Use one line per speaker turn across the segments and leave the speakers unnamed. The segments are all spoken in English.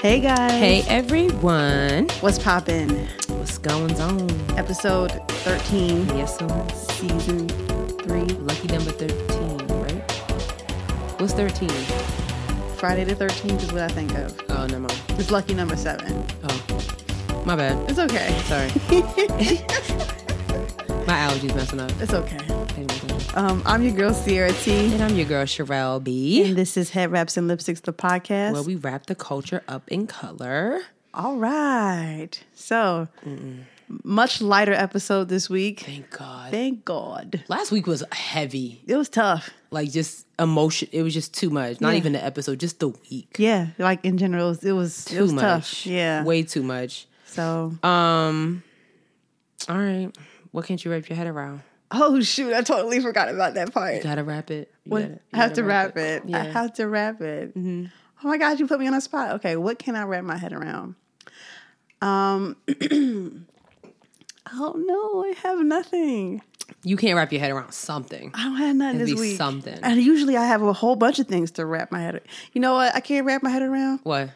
Hey guys.
Hey everyone,
What's poppin'?
what's going on?
Episode 13,
Yes, so
season 3,
lucky number thirteen, right? What's thirteen?
Friday the 13th is what I think of.
Oh, never mind.
It's lucky number 7.
Oh, my bad.
It's okay.
Sorry, my allergies messing up.
It's okay.
Pay no attention.
Um, I'm your girl Sierra T.
And I'm your girl Sherelle B.
And this is Head Wraps and Lipsticks, the podcast.
Well, we wrap the culture up in color.
All right. So, much lighter episode this week.
Thank God.
Thank God.
Last week was heavy,
It was tough.
like just emotion. It was just too much. Not
Yeah.
even the episode, just the week.
Yeah, like in general, it was it was, it
Too
was
much.
tough. Yeah.
way too much.
So,
Um. All right. What can't you wrap your head around?
oh shoot, I totally forgot about that part.
Gotta wrap it. You
What-
gotta- you
I have
gotta
to wrap it. I
Yeah. Mm-hmm.
have to wrap it. Oh my God, you put me on a spot. Okay, what can I wrap my head around? Um, I don't know. I have nothing.
You can't wrap your head around something.
I don't have nothing
At
this
least
week.
something.
And usually I have a whole bunch of things to wrap my head. ar- You know what? I can't wrap my head around
What?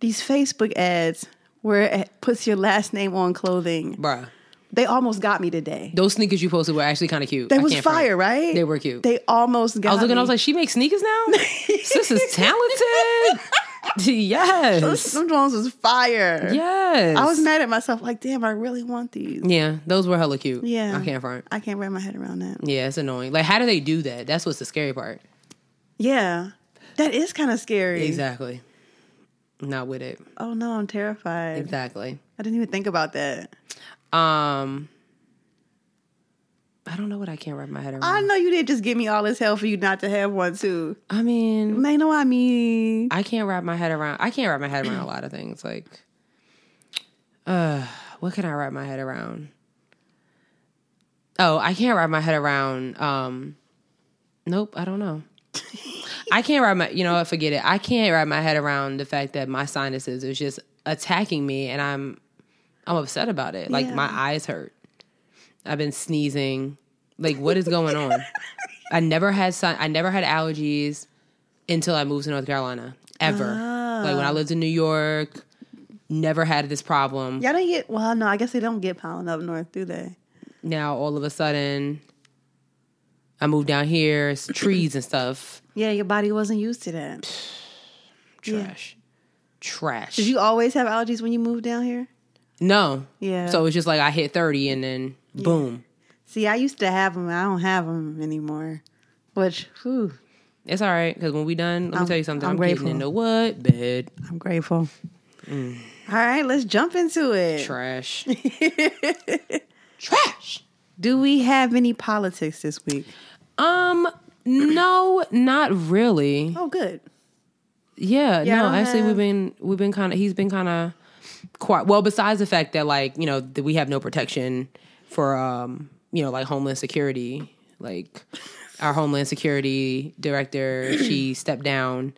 these Facebook ads where it puts your last name on clothing.
Bruh.
They almost got me today.
Those sneakers you posted were actually kind of cute.
They
I
was
can't front.
fire, right?
They were cute.
They almost got.
I was looking,
Me.
I was like, she makes sneakers now? Sis is talented. yes.
Some drones was fire.
Yes.
I was mad at myself. Like, damn, I really want these.
Yeah, those were hella cute.
Yeah.
I can't front.
I can't wrap my head around that.
Yeah, it's annoying. Like, how do they do that? That's what's the scary part.
Yeah. That is kind of scary.
Exactly. Not with it.
Oh no, I'm terrified.
Exactly.
I didn't even think about that.
Um, I don't know what I can't wrap my head around.
I know you did just give me all this hell for you not to have one too.
I mean,
Man, know what I mean.
I can't wrap my head around. I can't wrap my head around a lot of things. Like, uh, what can I wrap my head around? Oh, I can't wrap my head around. Um, nope, I don't know. I can't wrap my. You know, what, forget it. I can't wrap my head around the fact that my sinuses is just attacking me, and I'm, I'm upset about it. Like
Yeah.
my eyes hurt. I've been sneezing. Like, what is going on? I never had sun. I never had allergies until I moved to North Carolina. Ever. Like when I lived in New York, never had this problem.
Y'all don't get well, no, I guess they don't get pollen up north, do they?
Now all of a sudden, I moved down here. It's trees and stuff.
Yeah, your body wasn't used to that.
Trash. Trash.
Did you always have allergies when you moved down here?
no.
Yeah.
So it's just like I hit thirty and then boom.
See, I used to have them. I don't have them anymore. Which, whew,
It's all right because when we done, let me tell you something.
I'm
I'm, getting
grateful.
in the what bed
I'm grateful. All right, let's jump into it.
trash, trash.
Do we have any politics this week?
Um, no, not really.
Oh, good.
Yeah,
Yeah, I
no,
don't
actually,
have-
we've been we've been kind of he's been kind of quiet. Well, besides the fact that like you know that we have no protection for um you know like homeland security, like our homeland security director she stepped down.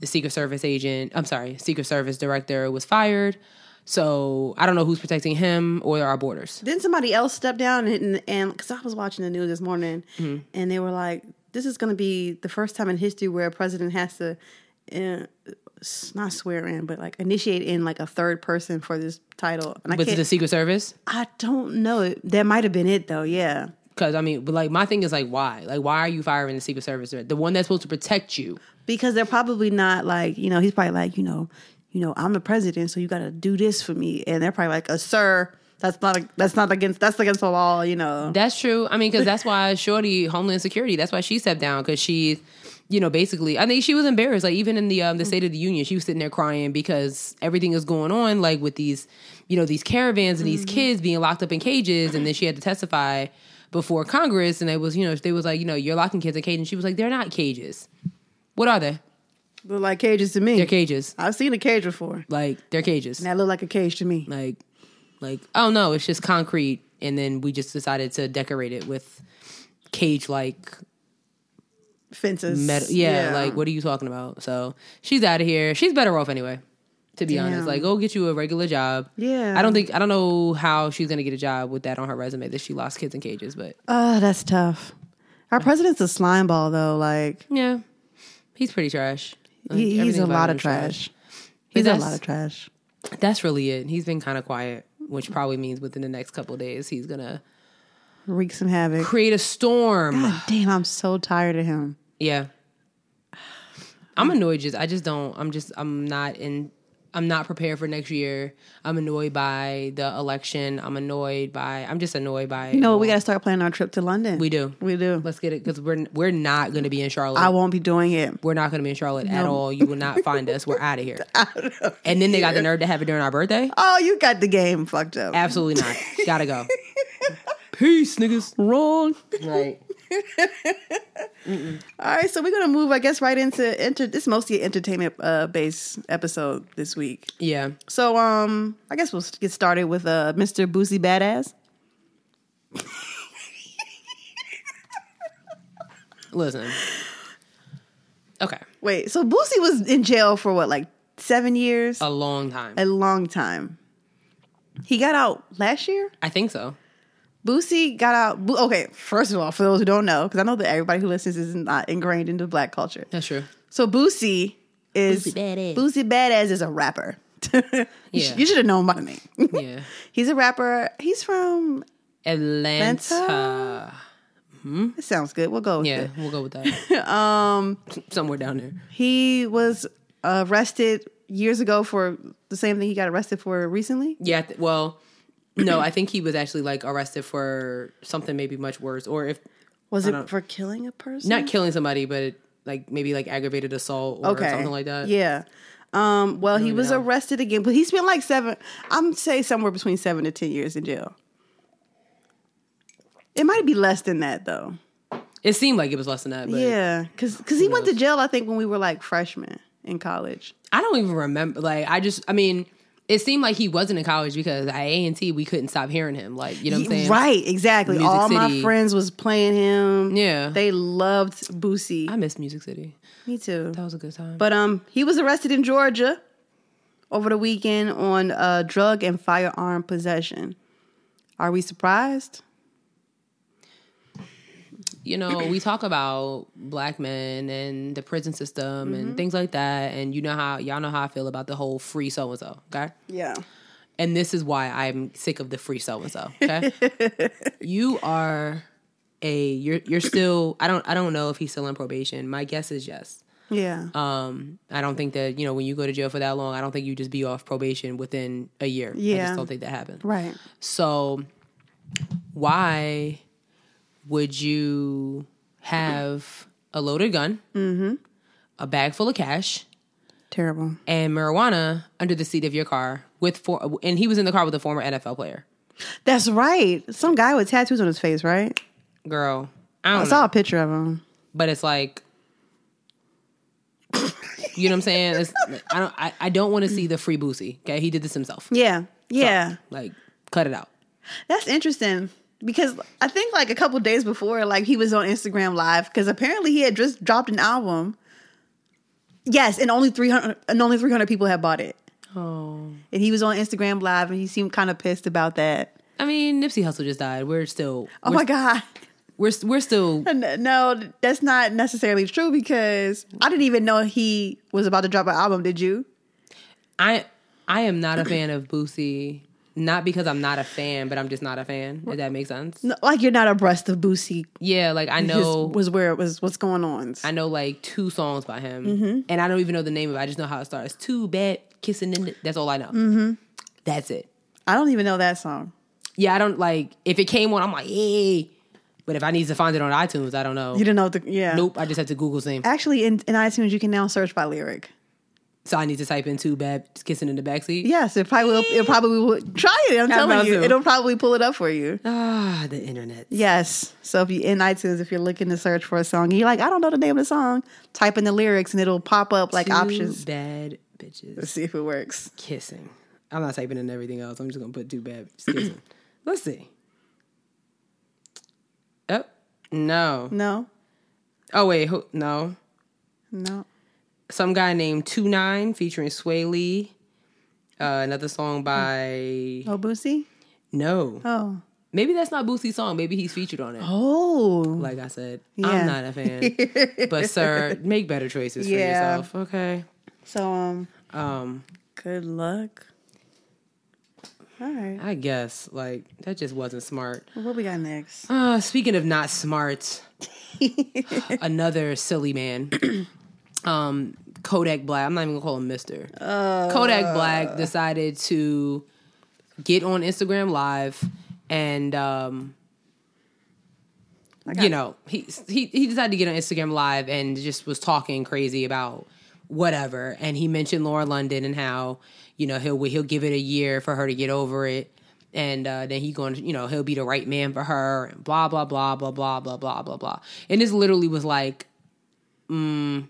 The Secret Service agent, I'm sorry, Secret Service director was fired. So I don't know who's protecting him or our borders.
Then somebody else stepped down and and because I was watching the news this morning, and they were like, "This is going to be the first time in history where a president has to." Uh, s- not swear in, but like initiate in like a third person for this title, and I
Was it
can't.
the Secret Service?
I don't know. That might have been it though. Yeah,
Because I mean, but like my thing is like, why? Like, why are you firing the Secret Service? director? The one that's supposed to protect you.
because they're probably not like you know. He's probably like you know, you know, I'm the president, so you got to do this for me. And they're probably like, uh, "Sir, that's not that's not against that's against the law." You know.
That's true. I mean, because that's why Shorty Homeland Security. That's why she stepped down because she's, you know, basically. I think she was embarrassed. Like even in the um, the State of the Union, she was sitting there crying because everything is going on, like with these, you know, these caravans and these kids being locked up in cages, and then she had to testify before Congress, and it was, you know, they was like, you know, you're locking kids in cages. And she was like, they're not cages. What are they?
Look like cages to me.
They're cages.
I've seen a cage before.
Like they're cages.
That looked like a cage to me.
like like oh no it's just concrete and then we just decided to decorate it with cage like
Fences.
metal yeah, like what are you talking about so she's out of here she's better off anyway to be honest
Damn.
like go get you a regular job
Yeah.
i don't think i don't know how she's gonna get a job with that on her resume that she lost kids in cages but
Oh, that's tough. Our president's a slime ball though. Like
yeah he's pretty trash Like,
he, he's
everything
a
about
lot
him
of
is
trash. He's done a
that's-
lot of trash.
That's really it. He's been kind of quiet, which probably means within the next couple of days he's gonna
Wreak some havoc.
create a storm.
God damn, I'm so tired of him.
Yeah. I'm annoyed just I just don't I'm just I'm not in I'm not prepared for next year. I'm annoyed by the election. I'm annoyed by I'm just annoyed by
You know, what? we got to start planning our trip to London.
we do.
We do.
Let's get it cuz we're we're not going to be in Charlotte.
I won't be doing it.
we're not going to be in Charlotte at all. You will not find us. We're out of here. and then they got the nerve to have it during our birthday?
Oh, you got the game fucked up.
Absolutely not. got to go. Peace, niggas.
Wrong.
Right.
All right, so we're gonna move, I guess, right into enter. This is mostly an entertainment uh, based episode this week.
Yeah.
So, um, I guess we'll get started with uh, Mr. Boosie Badass.
Listen. Okay.
Wait, so Boosie was in jail for what, like seven years?
A long time.
a long time. He got out last year.
I think so.
Boosie got out. Bo- okay, first of all, for those who don't know, because I know that everybody who listens is not ingrained into black culture.
That's true.
So Boosie is
Boosie Badass.
Boosie Badass is a rapper. yeah.
Yeah.
You should have known by the name.
Yeah.
He's a rapper. He's from.
Atlanta.
It sounds good. We'll go with
Yeah,
it.
we'll go with that.
Um,
Somewhere down there.
he was arrested years ago for the same thing he got arrested for recently.
Yeah. th- Well, no, I think he was actually like arrested for something maybe much worse, or if
Was
I
it
don't-
for killing a person?
not killing somebody, but like maybe like aggravated assault or something like that.
Yeah. Um, well, he was
know.
arrested again, but he spent like seven. I'm say somewhere between seven to ten years in jail. It might be less than that though.
It seemed like it was less than that. But
yeah, because he went to jail. I think when we were like freshmen in college.
I don't even remember. Like I just, I mean, it seemed like he wasn't in college because at A and T we couldn't stop hearing him. Like you know what I'm saying?
Right, exactly.
Music
All my
City.
friends was playing him.
Yeah.
they loved Boosie.
I miss Music City.
Me too.
That was a good time.
But um, he was arrested in Georgia over the weekend on uh, drug and firearm possession. Are we surprised?
you know, we talk about black men and the prison system and things like that. And you know how y'all know how I feel about the whole free so and so, okay?
Yeah.
And this is why I'm sick of the free so and so. Okay. you are a you're you're still I don't I don't know if he's still on probation. My guess is yes.
Yeah.
Um, I don't think that, you know, when you go to jail for that long, I don't think you just be off probation within a year. I
Yeah.
just don't think that happens.
right.
So, why would you have a loaded gun, a bag full of cash,
Terrible.
and marijuana under the seat of your car with four? And he was in the car with a former NFL player.
That's right. Some guy with tattoos on his face, right?
Girl, I
I
don't know,
saw a picture of him.
but it's like. You know what I'm saying? It's, I don't. I, I don't want to see the free Boosie. Okay, he did this himself.
Yeah. Yeah.
Like, cut it out.
That's interesting because I think like a couple days before, like he was on Instagram Live because apparently he had just dropped an album. Yes, and only three hundred and only three hundred people had bought it.
Oh,
And he was on Instagram Live and he seemed kind of pissed about that.
I mean, Nipsey Hussle just died. We're still.
Oh my god.
We're we're still
N- No, that's not necessarily true because I didn't even know he was about to drop an album, did you?
I I am not a fan of Boosie. Not because I'm not a fan, but I'm just not a fan. If that makes sense.
No, like you're not abreast of Boosie.
Yeah, like I
His-
know
was where it was what's going on.
I know like two songs by him,
Mm-hmm.
and I don't even know the name of. it. I just know how it starts. Too bad kissing in. The, that's all I know.
Mm-hmm.
That's it.
I don't even know that song.
Yeah, I don't like if it came on. I'm like, hey. But if I need to find it on iTunes, I don't know.
You didn't know the yeah.
Nope, I just have to Google same.
Actually, in, in iTunes, you can now search by lyric.
So I need to type in "Too Bad Kissing in the Backseat."
Yes, it probably will. It probably will. Try it. I'm
How
telling
about
you,
you?
it'll probably pull it up for you.
Ah, the internet.
Yes. So if you in iTunes, if you're looking to search for a song, and you're like, I don't know the name of the song. Type in the lyrics, and it'll pop up like
Too
options.
Bad bitches.
Let's see if it works.
kissing. I'm not typing in everything else. I'm just gonna put too bad bitches kissing. Let's see. Oh no.
No,
Oh wait, who, no.
no.
Some guy named Two Nine featuring Sway Lee. Uh, another song by
Oh, Boosie.
No.
Oh.
Maybe that's not Boosie's song. Maybe he's featured on it.
Oh.
Like I said,
Yeah.
I'm not a fan. but sir, make better choices
Yeah.
for yourself. Okay.
So um,
Um,
Good luck. All right.
I guess like that just wasn't smart.
What we got next?
Uh, speaking of not smart, another silly man. um, Kodak Black. I'm not even gonna call him Mister. Kodak Black decided to get on Instagram Live and um,
got
you
it.
know he he he decided to get on Instagram Live and just was talking crazy about whatever. And he mentioned Laura London and how you know he'll he'll give it a year for her to get over it. And uh, then he going, to you know, he'll be the right man for her, and blah blah blah blah blah blah blah blah blah. And this literally was like mm,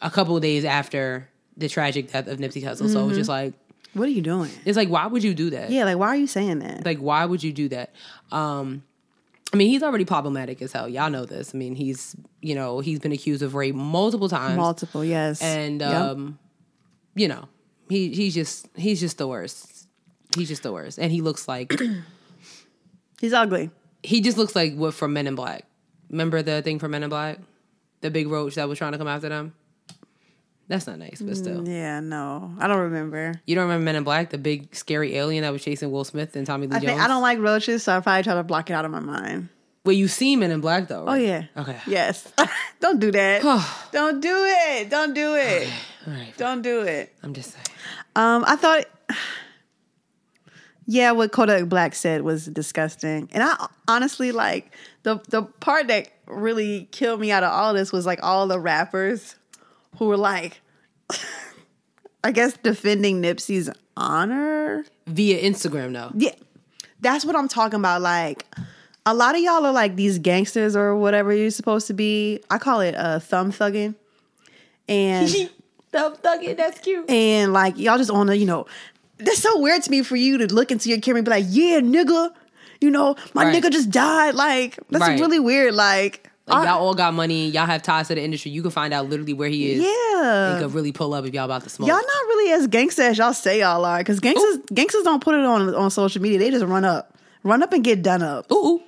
a couple of days after the tragic death of Nipsey Hussle. So it
Mm-hmm.
was just like
What are you doing?
it's like why would you do that?
Yeah, like why are you saying that?
Like why would you do that? Um I mean, he's already problematic as hell. Y'all know this. I mean, he's you know, he's been accused of rape multiple times.
Multiple, yes.
and
Yep.
um you know, he he's just he's just the worst. He's just the worst. And he looks like
he's ugly.
he just looks like what from Men in Black. Remember the thing from Men in Black? The big roach that was trying to come after them? That's not nice, but still.
Yeah, no, I don't remember.
You don't remember Men in Black, the big scary alien that was chasing Will Smith and Tommy Lee
I
Jones?
think I don't like roaches, so I probably try to block it out of my mind.
Well, you see Men in Black though.
Oh
Right?
yeah.
Okay.
Yes. don't do that. don't do it. Don't do it.
All right.
Don't do it.
I'm just saying.
Um, I thought. Yeah, what Kodak Black said was disgusting, and I honestly like the the part that really killed me out of all this was like all the rappers who were like, I guess defending Nipsey's honor.
Via Instagram though.
Yeah. That's what I'm talking about. Like, a lot of y'all are like these gangsters or whatever you're supposed to be. I call it uh, thumb thugging. And
Thumb thugging, that's cute.
and like y'all just on the, you know, that's so weird to me for you to look into your camera and be like, yeah, nigga, you know, my
Right.
nigga just died. Like, that's
Right.
really weird. Like,
Like,
I-
y'all all got money. Y'all have ties to the industry. You can find out literally where he is.
yeah.
You could really pull up if y'all about to smoke.
Y'all not really as gangster as y'all say y'all are, because gangsters gangsters don't put it on on social media. They just run up, run up and get done up.
ooh, ooh.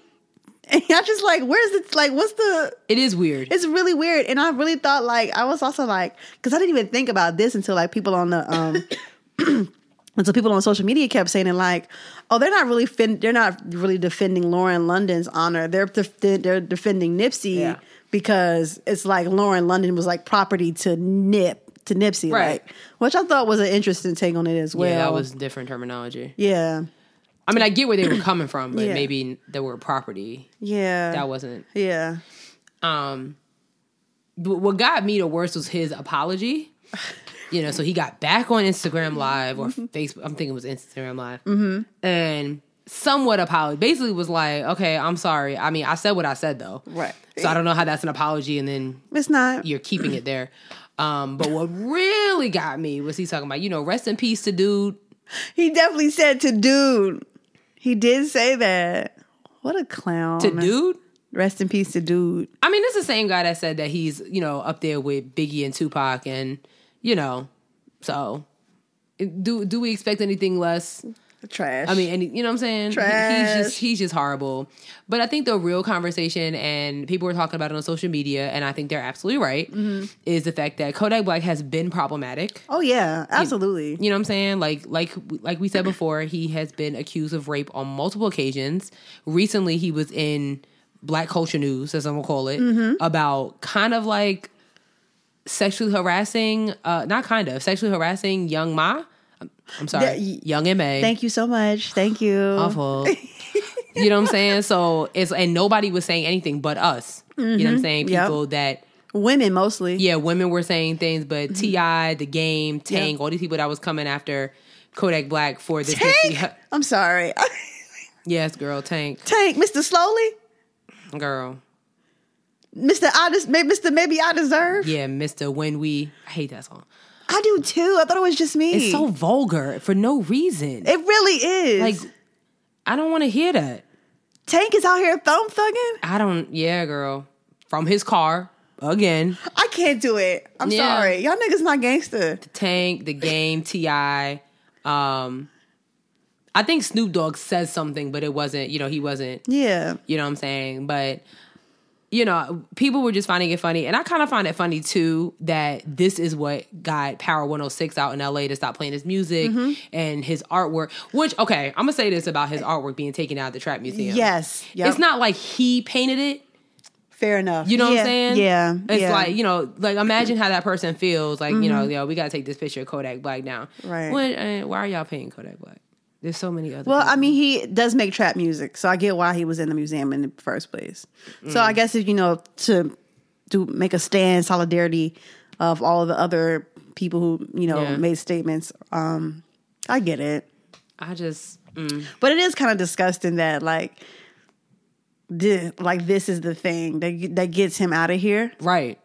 And y'all just like, where's it? Like, what's the
It is weird.
it's really weird and i really thought like i was also like because i didn't even think about this until like people on the um until people on social media kept saying it like oh they're not really fin- they're not really defending lauren london's honor they're def- they're defending nipsey
Yeah.
because it's like lauren london was like property to nip to nipsey
Right.
like which i thought was an interesting take on it as well
yeah, that was different terminology.
yeah
I mean, I get where they were coming from, but
Yeah.
maybe the word property
yeah
that wasn't.
yeah
Um, but what got me the worst was his apology. You know, so he got back on Instagram Live or Facebook. I'm thinking it was Instagram Live, mm-hmm. and somewhat apologized. Basically, was like, "Okay, I'm sorry. I mean, I said what I said, though.
Right.
So I don't know how that's an apology, and then
it's not
you're keeping it there. Um, but what really got me was he talking about, you know, rest in peace to dude.
He definitely said to dude. He did say that. What a clown.
To dude.
Rest in peace to dude.
I mean, it's the same guy that said that he's, you know, up there with Biggie and Tupac and, you know, so do do we expect anything less?
Trash.
I mean, any, you know what I'm saying? He-
Trash.
He's just he's just horrible. But I think the real conversation and people were talking about it on social media and I think they're absolutely right is the fact that Kodak Black has been problematic.
oh yeah, absolutely.
You know what I'm saying? Like like like we said before, he has been accused of rape on multiple occasions. Recently, he was in Black Culture News, as I'm gonna call it,
Mm-hmm.
about kind of like sexually harassing, uh, not kind of sexually harassing young Ma. I'm- I'm sorry,
That- y-
young Ma.
Thank you so much. Thank you.
Awful. you know what I'm saying? So it's and nobody was saying anything but us. You know what I'm saying?
Mm-hmm. Yep.
People that
Women mostly.
yeah, women were saying things, but Ti, the game, Tank, all these people that was coming after Kodak Black for this.
Tank. I'm sorry.
Yes, girl, Tank,
Tank, Mr. Slowly,
girl.
Mr. I just, maybe, Mr. Maybe I deserve.
Yeah, Mister. When we, I hate that song.
I do too. I thought it was just me.
It's so vulgar for no reason.
It really is.
like, I don't want to hear that.
Tank is out here thumb thugging.
I don't. Yeah, girl, from his car again.
I can't do it. I'm
Yeah.
sorry. Y'all niggas not gangster.
Tank, the game, Ti. Um, I think Snoop Dogg says something, but it wasn't. You know, he wasn't.
Yeah.
You know what I'm saying? But you know, people were just finding it funny. And I kind of find it funny too that this is what got Power 106 out in LA to stop playing his music
Mm-hmm.
and his artwork. Which, okay, I'm gonna say this about his artwork being taken out of the Trap Museum.
Yes. Yep.
It's not like he painted it.
fair enough.
You know what
Yeah,
I'm saying?
Yeah.
It's
yeah. Mm-hmm.
like, you know, like imagine how that person feels. Like, you know, yo, we got to take this picture of Kodak Black down.
Right.
When, eh, why are y'all paying Kodak Black? There's so many other.
Well, I mean,
Mm-hmm.
he does make trap music, so I get why he was in the museum in the first place. So
Mm.
I guess if you know to to make a stand solidarity of all of the other people who you know
Yeah.
made statements, um, I get it.
I just. mm.
But it is kind of disgusting that like, thi- like this is the thing that that gets him out of here,
Right.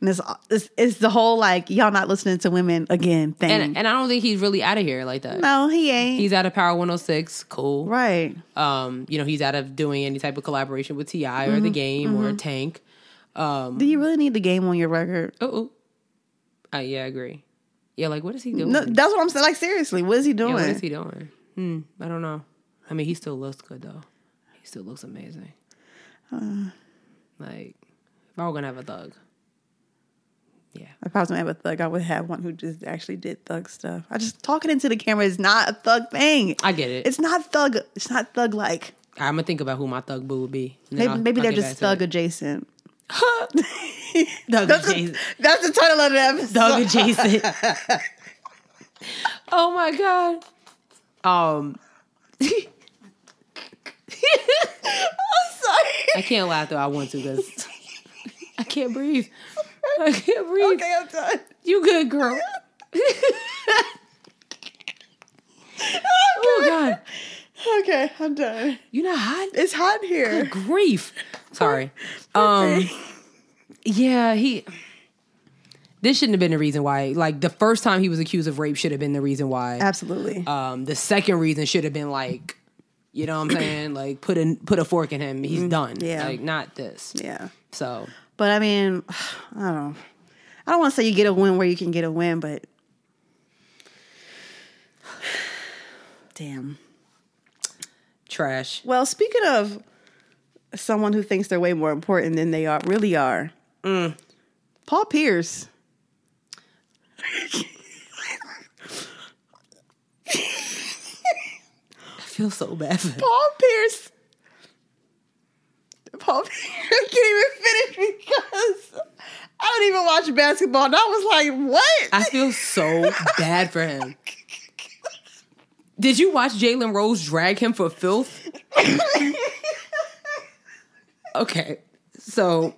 and it's it's, it's the whole like y'all not listening to women again thing.
And, and I don't think he's really out of here like that.
no, he ain't
He's out of Power 106. Cool.
right.
Um, you know, he's out of doing any type of collaboration with T.I. or
Mm-hmm.
The Game or Tank. Um,
Do you really need the game on your record?
oh, oh. Uh, yeah, I agree. Yeah, like, what is he doing?
No, that's what I'm saying. Like seriously, what is he doing?
Yeah, what is he doing? Hmm, I don't know. I mean, he still looks good though. He still looks amazing.
Uh.
like, if I were gonna have a thug, yeah,
If I was gonna have a thug, I would have one who just actually did thug stuff. I just talking into the camera is not a thug thing.
I get it.
It's not thug. It's not thug like.
I'm gonna think about who my thug boo would be. and then
Maybe,
I'll-
maybe
I'll
they're
get
just thug
back to it.
adjacent.
thug
That's,
adjacent.
The, that's the title of the episode.
Thug adjacent. oh my god. Um, I
I'm sorry.
can't laugh though. I want to because I can't breathe. I can't breathe.
Okay, I'm done.
You good, girl. oh God,
Okay, I'm done.
you not hot?
It's hot here.
Grief. Sorry. Um. Yeah, he. This shouldn't have been the reason why. Like the first time he was accused of rape should have been the reason
Uh,
why.
Absolutely.
Um. The second reason should have been like, you know what I'm saying? Like put a put a fork in him. He's done.
Mm, Yeah.
Like not this.
yeah.
So
But I mean, I don't. I don't want to say you get a win where you can get a win, but damn.
trash.
Well, speaking of someone who thinks they're way more important than they are really are, Mm. Paul Pierce.
I feel so bad. For him.
Paul Pierce. Paul Pierce can't even finish because I don't even watch basketball. And I was like, what?
I feel so bad for him. Did you watch Jalen Rose drag him for filth? Okay. So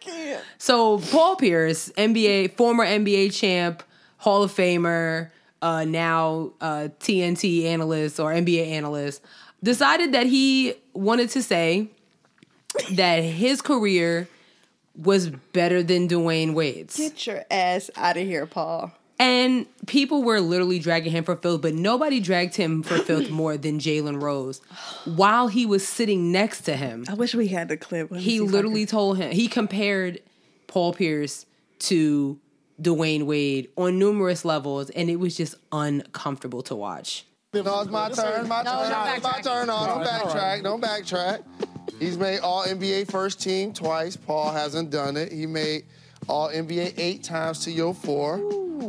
can't.
so Paul Pierce, NBA former NBA champ, Hall of Famer, uh, now uh, TNT analyst or NBA analyst, decided that he wanted to say that his career was better than Dwayne Wade's.
Get your ass out of here, Paul.
And people were literally dragging him for filth, but nobody dragged him for filth more than Jalen Rose while he was sitting next to him.
I wish we had the clip. Let me see
He
if I can-
literally told him, he compared Paul Pierce to Dwayne Wade on numerous levels, and it was just uncomfortable to watch.
No, it's my turn. My turn. it's my turn. No, don't backtrack. Don't backtrack. He's made All NBA first team twice. Paul hasn't done it. He made All NBA eight times to your four.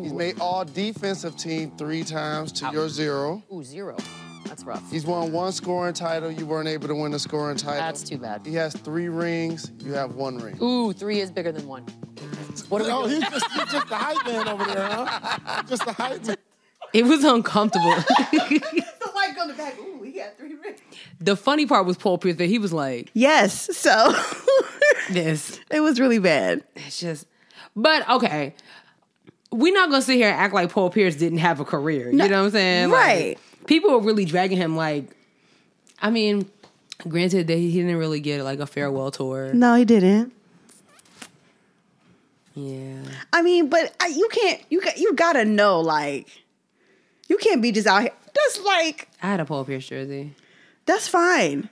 He's made All Defensive Team three times to your zero.
Ooh, zero. That's rough.
He's won one scoring title. You weren't able to win a scoring title.
That's too bad.
He has three rings. You have one ring.
Ooh, three is bigger than one. What are we
Oh,
doing?
he's just, he's just the hype man over there, huh? Just the hype man.
It was uncomfortable.
The white on the back. Ooh, he had three rings.
the funny part was Paul Pierce that he was like,
Yes, so
this.
it was really bad.
It's just, but okay. We're not gonna sit here and act like Paul Pierce didn't have a career. you know what I'm saying? Like,
right.
people were really dragging him. Like, I mean, granted that he didn't really get like a farewell tour.
No, he didn't.
Yeah,
I mean, but I, you can't. You got. You gotta know. Like, you can't be just out here. That's like.
I had a Paul Pierce jersey.
That's fine.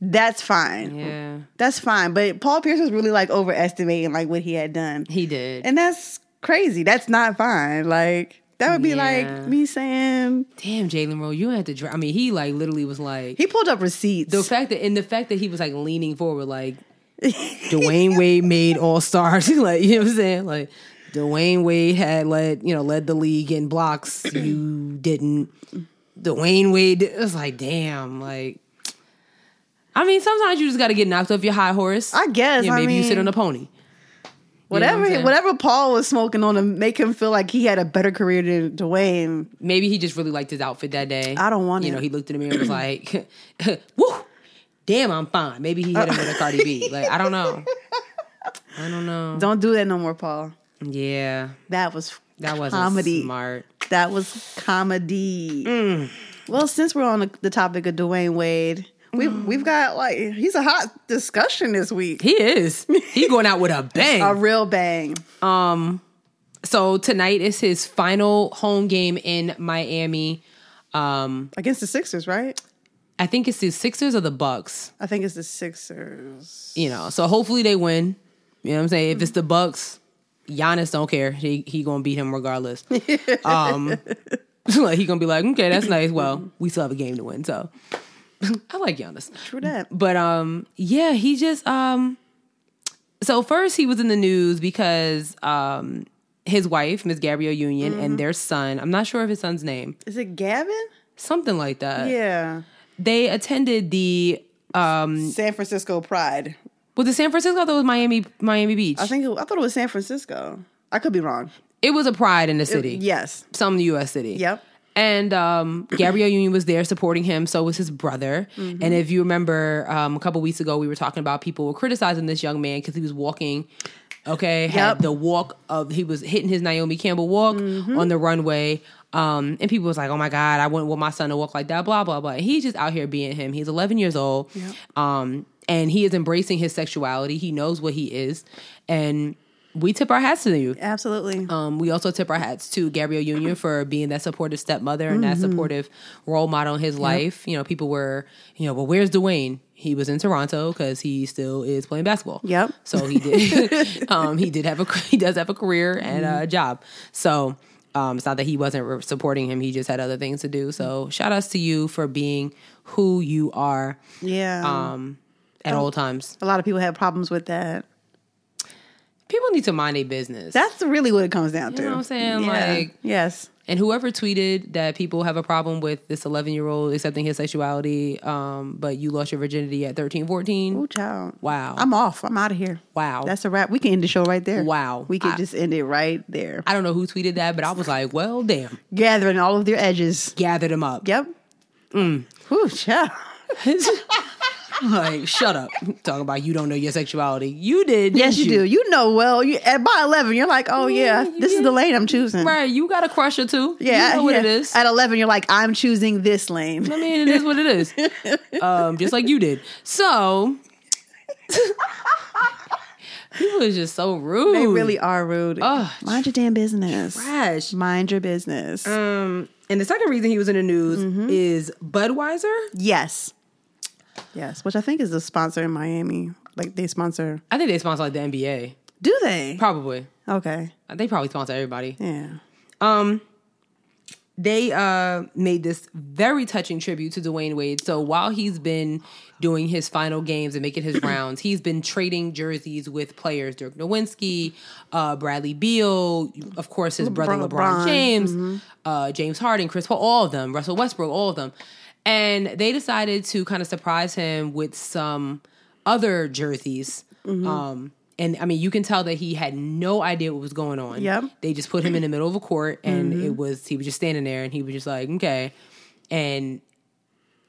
That's fine.
Yeah,
That's fine. But Paul Pierce was really like overestimating like what he had done,
he did.
and that's crazy. That's not fine. Like that would be
Yeah.
like me saying
Damn, Jalen Rose, you had to. Dra- I mean, he like literally was like
he pulled up receipts.
the fact that and the fact that he was like leaning forward, like Dwayne Wade made All Stars. like you know what I'm saying? Like Dwayne Wade had led you know led the league in blocks. you didn't. Dwayne Wade. It was like damn. Like I mean, sometimes you just got to get knocked off your high horse.
I guess,
Yeah,
I
maybe you sit
mean-
on a pony. You know what I'm
Whatever,
saying?
whatever Paul was smoking on to make him feel like he had a better career than Dwayne.
Maybe he just really liked his outfit that day.
I don't want
You
it.
know, he looked in the mirror and was like, "Woo, damn, I'm fine." Maybe he hit him with a Cardi B. Like I don't know. I don't know.
Don't do that no more, Paul.
Yeah,
That was
that wasn't
comedy.
smart.
That was comedy. Well, since we're on the, the topic of Dwayne Wade, we've we've got like he's a hot discussion this week.
He is. He going out with a bang.
a real bang.
Um, so tonight is his final home game in Miami. Um,
Against the Sixers, right?
I think it's the Sixers or the Bucks.
I think it's the Sixers.
You know, so hopefully they win. You know what I'm saying? If it's the Bucks, Giannis don't care. He he gonna beat him regardless. Um, like he gonna be like, okay, that's nice. Well, we still have a game to win, so I like Giannis.
True that.
But um, yeah, he just um. So first, he was in the news because um, his wife, Miss Gabrielle Union,
Mm-hmm.
and their son—I'm not sure of his son's name,
Is it Gavin?
something like that.
Yeah.
They attended the um,
San Francisco Pride.
was it San Francisco? I thought it was Miami, Miami Beach.
I think it, I thought it was San Francisco. I could be wrong.
it was a pride in the city,
Yes.
some U.S. city.
Yep.
And um, Gabrielle Union was there supporting him. So was his brother.
Mm-hmm.
And if you remember, um, a couple weeks ago, we were talking about people were criticizing this young man because he was walking. Okay, had
Yep. Mm-hmm.
the walk of he was hitting his Naomi Campbell walk on the runway. Um, and people was like, "Oh my God, I wouldn't want my son to walk like that." Blah blah blah. And he's just out here being him. He's 11 years old, um, and he is embracing his sexuality. He knows what he is, and we tip our hats to you.
Absolutely.
Um, we also tip our hats to Gabrielle Union for being that supportive stepmother and
Mm-hmm.
that supportive role model in his life. You know, people were, you know, well, where's Dwayne? He was in Toronto because he still is playing basketball.
Yep.
So he did. um, he did have a he does have a career and
Mm-hmm.
a job. So um, it's not that he wasn't re- supporting him. He just had other things to do.
Mm-hmm.
So shout outs to you for being who you are
yeah.
um, at
Oh.
all times.
a lot of people have problems with that.
People need to mind their business.
That's really what it comes down to.
know what I'm saying?
Yeah.
Like-
yes.
And whoever tweeted that people have a problem with this 11 year old accepting his sexuality, um, but you lost your virginity at 13, 14.
Ooh, child.
Wow.
I'm off. I'm out of here.
Wow.
That's a wrap. We can end the show right there.
Wow.
We can
I-
just end it right there.
I don't know who tweeted that, but I was like, well, damn,
Gathering all of their edges.
gather them up.
Yep.
Mm.
Ooh, child.
like, shut up. Talking about you don't know your sexuality. You did.
Yes, you,
didn't
do. You know well. You at by eleven, you're like, oh yeah,
you
this is
get
the
it.
lane I'm choosing.
Right. You got a crush or two.
Yeah.
You know what
yeah.
it is.
At eleven, you're like, I'm choosing this lane.
I mean, it is what it is. Um, just like you did. So. People is just so rude.
They really are rude.
Ugh,
Mind your damn business.
trash.
Mind your business.
Um, and the second reason he was in the news is Budweiser.
Yes. Yes, which I think is a sponsor in Miami. Like they sponsor.
I think they sponsor like the NBA.
Do they?
Probably.
Okay.
They probably sponsor everybody.
Yeah.
Um, they uh made this very touching tribute to Dwayne Wade. So while he's been doing his final games and making his rounds, he's been trading jerseys with players Dirk Nowinski, uh, Bradley Beal, of course his brother LeBron,
LeBron.
James,
Mm-hmm.
uh, James Harden, Chris Paul, all of them, Russell Westbrook, all of them, and they decided to kind of surprise him with some other jerseys.
Mm-hmm.
Um, and I mean, you can tell that he had no idea what was going on.
Yep. Mm-hmm.
They just put him in the middle of a court, and it was he was just standing there, and he was just like, okay. And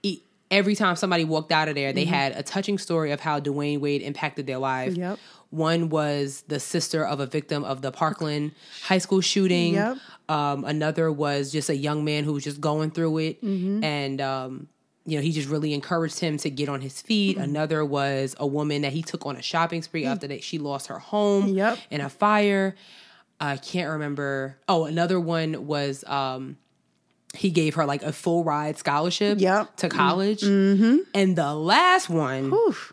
e- every time somebody walked out of there,
Mm-hmm.
they had a touching story of how Dwayne Wade impacted their life.
Yep.
One was the sister of a victim of the Parkland high school shooting.
Yep.
Um, another was just a young man who was just going through it,
Mm-hmm.
and um, you know he just really encouraged him to get on his feet.
Mm-hmm.
Another was a woman that he took on a shopping spree after that she lost her home
Mm. Yep.
in a fire. I can't remember. Oh, another one was um, he gave her like a full ride scholarship
Yep. Mm-hmm.
to college, and the last one
Oof.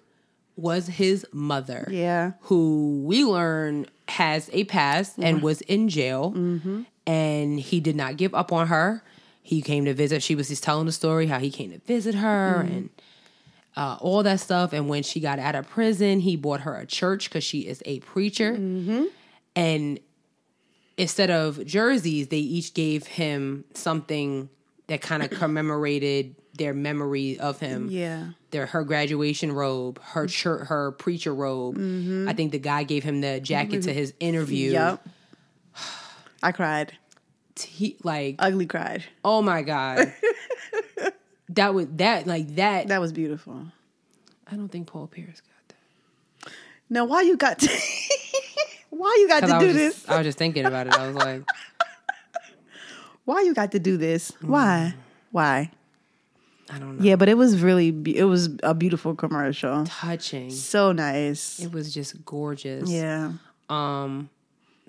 was his mother
Yeah.
who we learn has a past and was in jail. And he did not give up on her. He came to visit. She was just telling the story how he came to visit her. And uh, all that stuff. And when she got out of prison, he bought her a church because she is a preacher. And instead of jerseys, they each gave him something that kind of commemorated their memory of him.
Yeah.
Their her graduation robe,
Mm-hmm.
her church, her preacher robe. I think the guy gave him the jacket to his interview.
Yep. I cried.
He, like
Ugly cried.
Oh my god. that was that like that,
That was beautiful.
I don't think Paul Pierce got that.
Now why you got to why you got to
I
do
was
this?
just, I was just thinking about it. I was like,
Why you got to do this? Why? Why?
Mm. I don't know.
Yeah, but it was really be- it was a beautiful commercial.
Touching.
So nice.
It was just gorgeous.
Yeah.
Um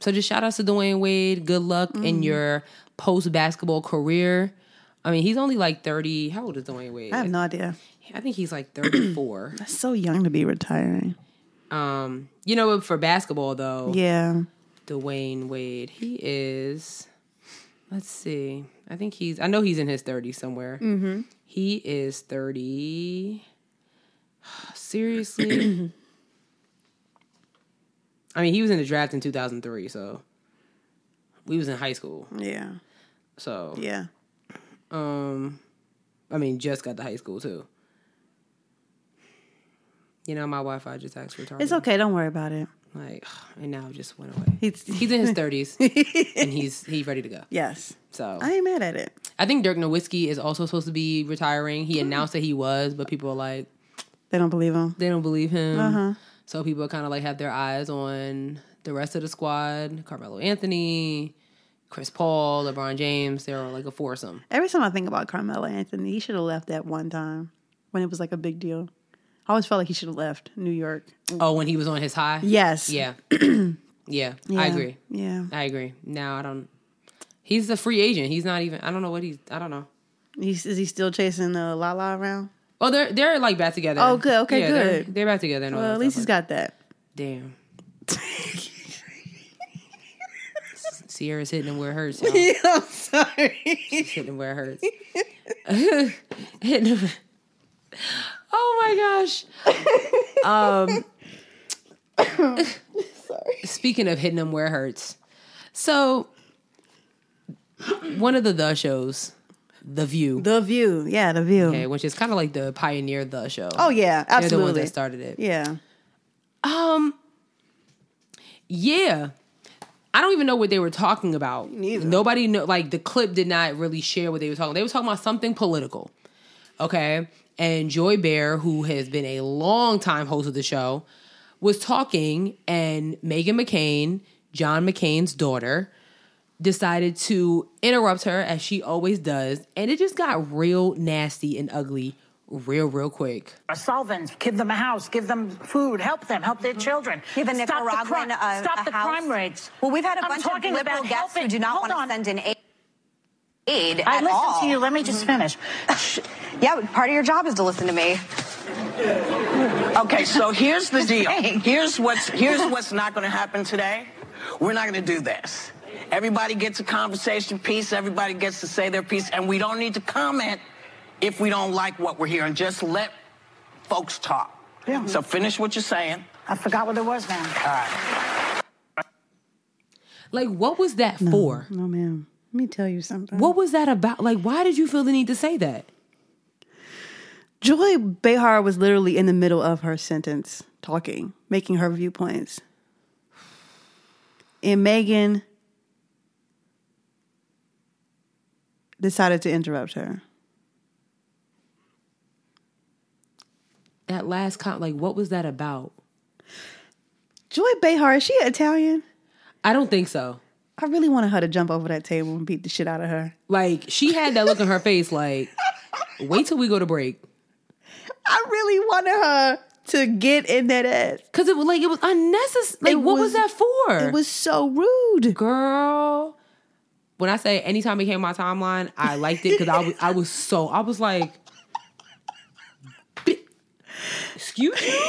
so just shout outs to Dwayne Wade. Good luck
Mm-hmm.
in your post basketball career. I mean, he's only like 30. How old is Dwayne Wade?
I have no idea.
I think he's like 34.
So young to be retiring.
um, you know, for basketball though,
Yeah.
Dwayne Wade. He is. Let's see. I think he's. I know he's in his 30s somewhere. Mm-hmm. He is 30. Seriously. I mean, he was in the draft in 2003, so we was in high school.
Yeah.
So
Yeah.
um, I mean, just got to high school too. You know, my Wi-Fi just acts retarded.
It's okay, don't worry about it.
Like, and now it just went away.
He's-
he's in his 30s and he's he's ready to go.
Yes.
So
I
I,
ain't mad at it.
think Dirk Nowitzki is also supposed to be retiring.
Mm-hmm.
He announced that he was, but people are like
They don't believe him.
they don't believe him.
Uh-huh.
So people kind of like have their eyes on the rest of the squad: Carmelo Anthony, Chris Paul, LeBron James. They're all like a foursome.
Every time I think about Carmelo Anthony, he should have left that one time when it was like a big deal. I always felt like he should have left New York.
Oh, when he was on his high.
Yes.
Yeah. yeah. I
Yeah.
agree.
Yeah.
I agree. Now I don't. He's a free agent. He's not even. I don't know what he's. I don't know.
He's, is he still chasing uh, Lala around?
Oh, they're they're like back together.
Oh, good. Okay,
They're,
good.
they're back together. And all
Well,
that
at least
stuff
he's got that.
like- damn. Sierra's hitting him where it hurts. y'all.
I'm sorry.
She's hitting him where it hurts. hitting him. Oh my gosh. Um. Speaking of hitting him where it hurts, so one of the the shows, The View,
The View. Yeah, The View.
okay, which is kind of like the pioneer the show.
Oh, yeah.
they're the ones
Absolutely.
that started it.
yeah.
Um. Yeah. I don't even know what they were talking about.
Neither.
Nobody know like the clip did not really share what they were talking. They were talking about something political. Okay? And Joy Bear, who has been a long time host of the show, was talking and Megan McCain, John McCain's daughter, decided to interrupt her as she always does, and it just got real nasty and ugly real real quick.
solvents, give them a house, give them food, help them, help their children.
Give a
Stop the
Nicaraguan
crime-
a, a
Stop the
house.
crime rates.
Well, we've had a
I'm
bunch of
talking
liberal
about
guests who
helping-
do not
Hold
want
on.
to send in aid, aid
I
at
listened
all. Mm-hmm.
to you. Let me just finish. Sh-
Yeah, but part of your job is to listen to me.
Okay, so here's the deal. Here's what's here's what's not going to happen today. We're not going to do this. Everybody gets a conversation piece. Everybody gets to say their piece, and we don't need to comment if we don't like what we're hearing. Just let folks talk.
Yeah.
So finish what you're saying.
I forgot what it was now.
Like what was that for?
No, ma'am. Let me tell you something.
What was that about? Like, why did you feel the need to say that?
Joy Behar was literally in the middle of her sentence talking, making her viewpoints. And Megan decided to interrupt her.
That last con, like, what was that about?
Joy Behar, is she Italian?
I don't think so.
I really wanted her to jump over that table and beat the shit out of her.
Like, she had that look on her face, like, wait till we go to break.
I really wanted her to get in that ass.
Cause it was like, it was unnecessary. Like,
It
what was,
was-
that for?
It was so rude.
girl. When I say anytime it came my timeline, I liked it because I was I was so I was like, "Bi- excuse you,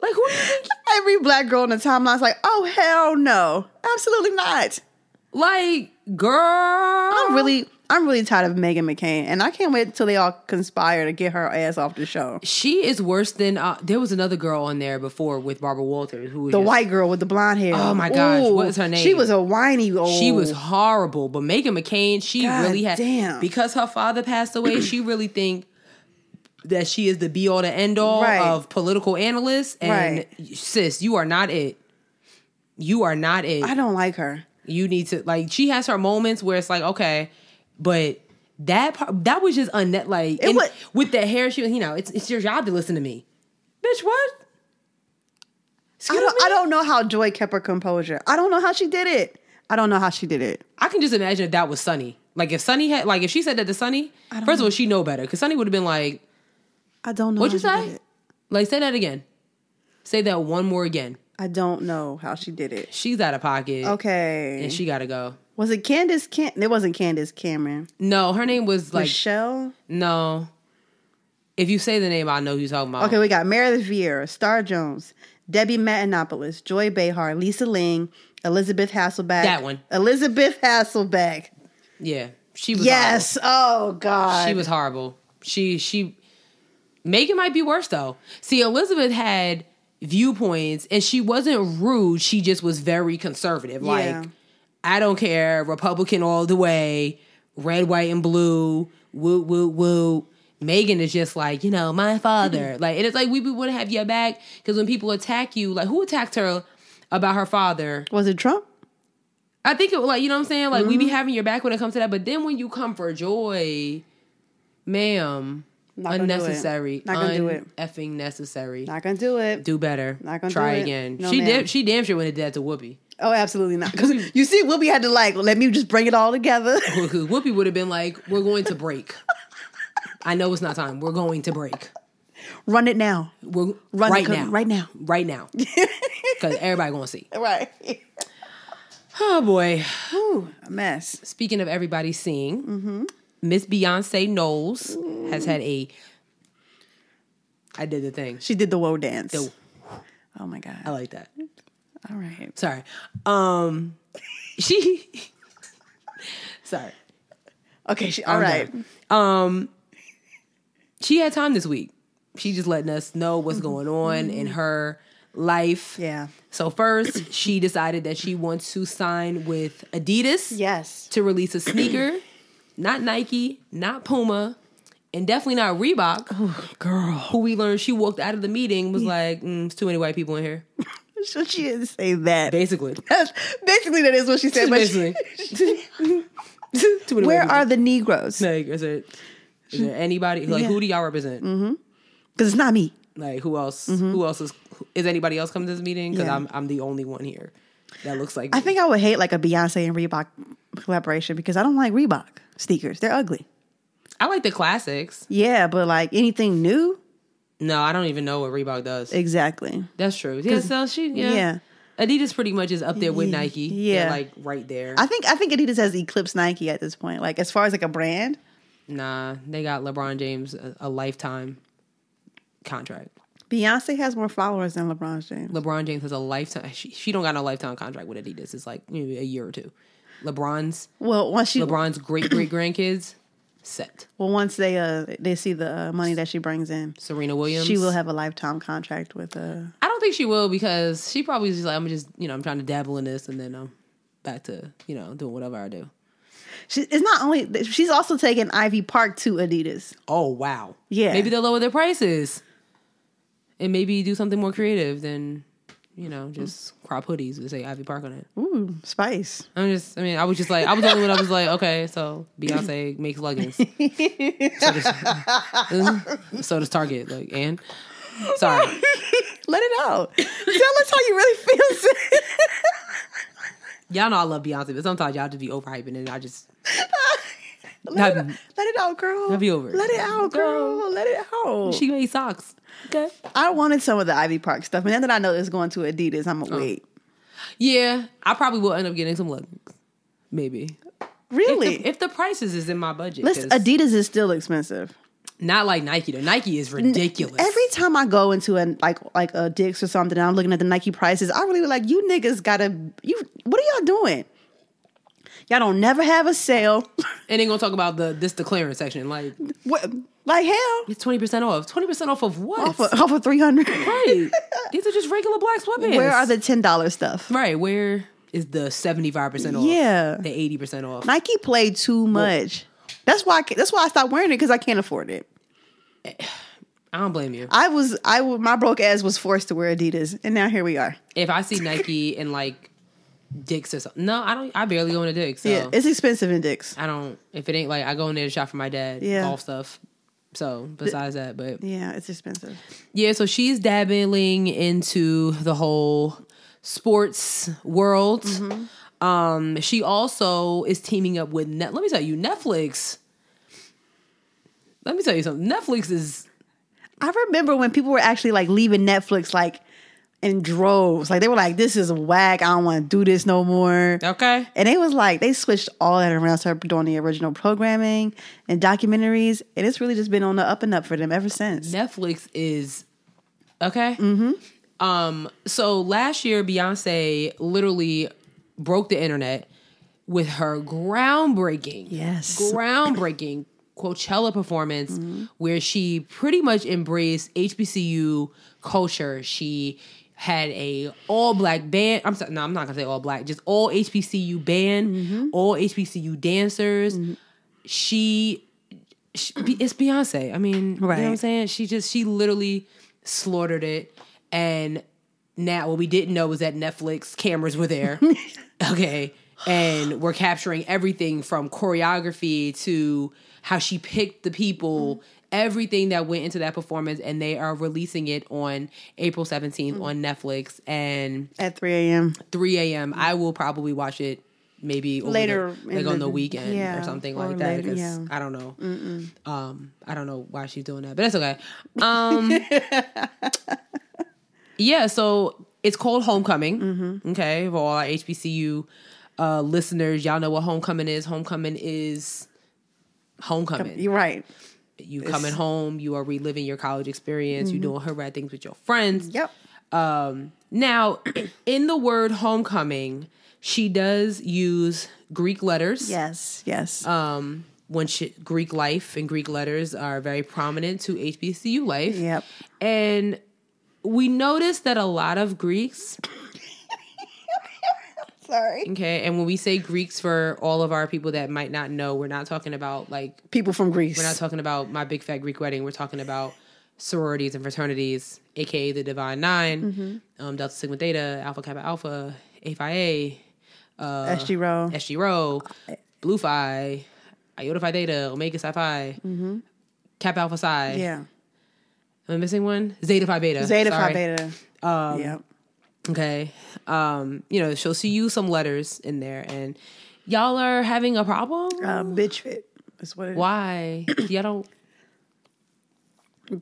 like who do you think?
Every black girl in the timeline's like, oh, hell no. Absolutely not.
Like, girl,
I'm really I'm really tired of Megan McCain, and I can't wait until they all conspire to get her ass off the show.
She is worse than uh, there was another girl on there before with Barbara Walters who was
The
just-
white girl with the blonde hair.
Oh, my gosh. What is her name?
She was a whiny old.
She was horrible, but Megan McCain, she
Oh. God
really had
damn.
because her father passed away. she really think that she is the be all the end all
Right.
of political analysts. And sis, you are not it. You are not it.
I don't like her.
you need to like. She has her moments where it's like okay, but. That part, that was just unnet like
It
and
wa-
with that hair she was, you know it's it's your job to listen to me, bitch. What?
I
Excuse
don't,
me?
I don't know how Joy kept her composure. I don't know how she did it. I don't know how she did it.
I can just imagine if that was Sunny. Like if Sunny had, like if she said that to Sunny, first of all, she know better because Sunny would have been like,
I don't know.
"What'd you
how she
say?
did it.
Like say that again. Say that one more again."
I don't know how she did it.
She's out of pocket.
Okay.
and she gotta go.
was it Candace? Can- it wasn't Candace Cameron.
No, her name was like
Michelle.
no. If you say the name, I know who you're talking about.
Okay, we got Meredith Vieira, Star Jones, Debbie Matenopoulos, Joy Behar, Lisa Ling, Elizabeth Hasselback.
That one.
Elizabeth Hasselback.
yeah, she was.
Yes. Oh God.
horrible. she was horrible. She she. Megan might be worse though. See, Elizabeth had viewpoints, and she wasn't rude. She just was very conservative.
Yeah.
Like I don't care, Republican all the way, red, white, and blue, woo, woo, woo. Megan is just like, you know, my father. Like, it is like, we, we would have your back. Because when people attack you, like, who attacked her about her father?
Was it Trump?
I think it, like, you know what I'm saying? Like, we
Mm-hmm.
be having your back when it comes to that. But then when you come for joy, ma'am,
Not gonna do it.
unnecessary.
Not gonna do it.
Effing necessary.
Not gonna do it.
do better.
Not gonna
Try
do it.
again.
No,
she,
ma'am.
did, she damn sure would have did that to Whoopi.
Oh, absolutely not. Because you see, Whoopi had to like let me just bring it all together.
Because Whoopi would have been like, "We're going to break. I know it's not time. We're going to break.
Run it now.
We're
Run
right
it,
now,
right now.
right now, because everybody gonna see."
Right.
Oh boy!
Ooh, a mess.
Speaking of everybody seeing,
Mm-hmm.
Miss Beyonce Knowles
Mm.
has had a. I did the thing.
She did the woe dance.
The-
oh my god.
I like that.
All right.
Sorry. Um, she. Sorry.
Okay. She, all
I'm
right.
done. Um, she had time this week. She just letting us know what's going on in her life.
Mm-hmm. Yeah.
So first, she decided that she wants to sign with Adidas
Yes.
to release a sneaker, not Nike, not Puma, and definitely not Reebok.
Girl.
Who we learned she walked out of the meeting was like, mm, "It's too many white people in here."
So she didn't say that.
Basically,
That's- basically, that is what she said. But she-
basically, too many.
where
white
are the Negroes?
people. like? Is it? Is
Hmm.
there anybody like who do y'all represent?
Because it's not me.
Like who else? Who else is? Is anybody else coming to this meeting? Because
Mm-hmm. Yeah.
I'm I'm the only one here that looks like.
I
me.
think I would hate like a Beyonce and Reebok collaboration because I don't like Reebok sneakers. They're ugly.
I like the classics.
Yeah, but like anything new,
No, I don't even know what Reebok does.
exactly.
That's true. Yeah, so she yeah.
yeah.
Adidas pretty much is up there with Nike. Yeah,
yeah.
like right there.
I think I think Adidas has eclipsed Nike at this point. Like as far as like a brand,
nah, they got LeBron James a, a lifetime contract.
Beyonce has more followers than LeBron James.
LeBron James has a lifetime. She, she don't got no lifetime contract with Adidas. It's like maybe a year or two. LeBron's
Well, once she
LeBron's great great grandkids set.
well once they uh they see the uh, money that she brings in,
Serena Williams.
she will have a lifetime contract with uh
I don't think she will because she probably just like I'm just you know I'm trying to dabble in this and then I'm back to you know doing whatever I do.
She, it's not only she's also taking Ivy Park to Adidas.
Oh wow.
Yeah.
Maybe they'll lower their prices. And maybe do something more creative than, you know, just crop hoodies with say Ivy Park on it.
Ooh, spice.
I'm just I mean, I was just like I was the only one I was like, okay, so Beyonce makes leggings. so, does, so does Target. Like and sorry.
Let it out. Tell us how you really feel. sis.
Y'all know I love Beyonce, but sometimes y'all just be overhyping it and I just
Let, it,
Have-
let it out, girl.
Have you over it.
Let it out, girl.
Girl.
Let it out.
she made socks. Okay.
I wanted some of the Ivy Park stuff, and now that I know it's going to Adidas, I'm
Oh.
gonna wait.
Yeah. I probably will end up getting some leggings. Maybe.
Really?
If the, if the prices is in my budget.
Listen,
'cause-
Adidas is still expensive.
Not like Nike though. Nike is ridiculous.
Every time I go into an like like a Dick's or something, and I'm looking at the Nike prices. I really like you niggas. Gotta you. What are y'all doing? Y'all don't never have a sale.
And they gonna talk about the this the clearance section. Like
what, like hell.
it's twenty percent off. Twenty percent off of what?
Off of, off of 300.
right. These are just regular black sweatpants.
Where are the $10 stuff?
right? Where is the seventy five percent off?
Yeah.
the eighty percent off.
Nike played too much. That's why I, ca- that's why I stopped wearing it because I can't afford it.
I don't blame you.
I was I wa- my broke ass was forced to wear Adidas, and now here we are.
If I see Nike and like Dick's or something, no, I don't. I barely go into Dick's. So
Yeah, it's expensive in dicks.
I don't. If it ain't like I go in there to shop for my dad,
Yeah.
golf stuff. So besides that, but
Yeah, it's expensive.
Yeah, so she's dabbling into the whole sports world.
Mm-hmm.
Um, she also is teaming up with Net. Let me tell you, Netflix. Let me tell you something. Netflix is
I remember when people were actually like leaving Netflix like in droves. Like they were like, "This is whack. I don't want to do this no more."
okay.
And they was like, they switched all that around, started doing the original programming and documentaries, and it's really just been on the up and up for them ever since.
Netflix is okay. Mm-hmm. Um, so last year, Beyonce literally broke the internet with her groundbreaking,
Yes.
groundbreaking Coachella performance, where she pretty much embraced HBCU culture. She had a all black band. I'm sorry, no, I'm not gonna say all black, just all HBCU band, all HBCU dancers. She she, Be- it's Beyonce. I mean, you know what I'm
Right.
saying? She just she literally slaughtered it and now what we didn't know was that Netflix cameras were there. okay. And we're capturing everything from choreography to how she picked the people, everything that went into that performance and they are releasing it on April 17th on Netflix and
At 3 a.m.
3 a.m. I will probably watch it maybe over
Later
the, like
in
on
the-
the weekend or
yeah,
something
or
like that.
later,
'cause
yeah.
I don't know. Um, I don't know why she's doing that, but that's okay. Um, yeah, so it's called Homecoming.
Mm-hmm.
Okay, for all our HBCU uh, listeners, y'all know what Homecoming is. Homecoming is homecoming
You're right.
you coming home, you are reliving your college experience, you doing hooray things with your friends.
Mm-hmm. Yep.
Um, now, in the word homecoming, she does use Greek letters.
Yes. Yes.
Um, when she, Greek life and Greek letters are very prominent to HBCU life.
Yep.
And we noticed that a lot of Greeks
Sorry.
Okay, and when we say Greeks, for all of our people that might not know, we're not talking about like
People from Greece.
we're not talking about my big fat Greek wedding. We're talking about sororities and fraternities, aka the Divine 9
Mm-hmm.
um, Delta Sigma Theta, Alpha Kappa Alpha, A Phi A,
SG Row.
SG Rho, Blue Phi, Iota Phi Theta, Omega Psi Phi, Kappa Alpha Psi.
Mm-hmm. Yeah.
am I missing one? Zeta Phi Beta.
Zeta Phi
Sorry. Um,
Beta. yep.
Okay. Um, you know, she'll see you some letters in there and y'all are having a problem?
Uh, bitch fit is what it is.
Why? y'all don't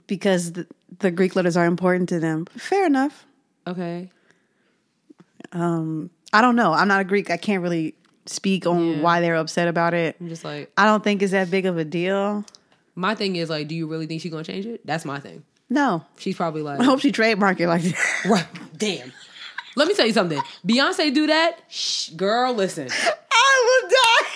Because the, the Greek letters are important to them. Fair enough.
okay.
I don't know. I'm not a Greek. I can't really speak on
Yeah.
why they're upset about it.
I'm just like
I don't think it's that big of a deal.
my thing is like, do you really think she's gonna change it? That's my thing.
No.
She's probably like
I hope she trademarked it like that.
right, damn. Let me tell you something. Beyonce do that, Shh, girl. Listen,
I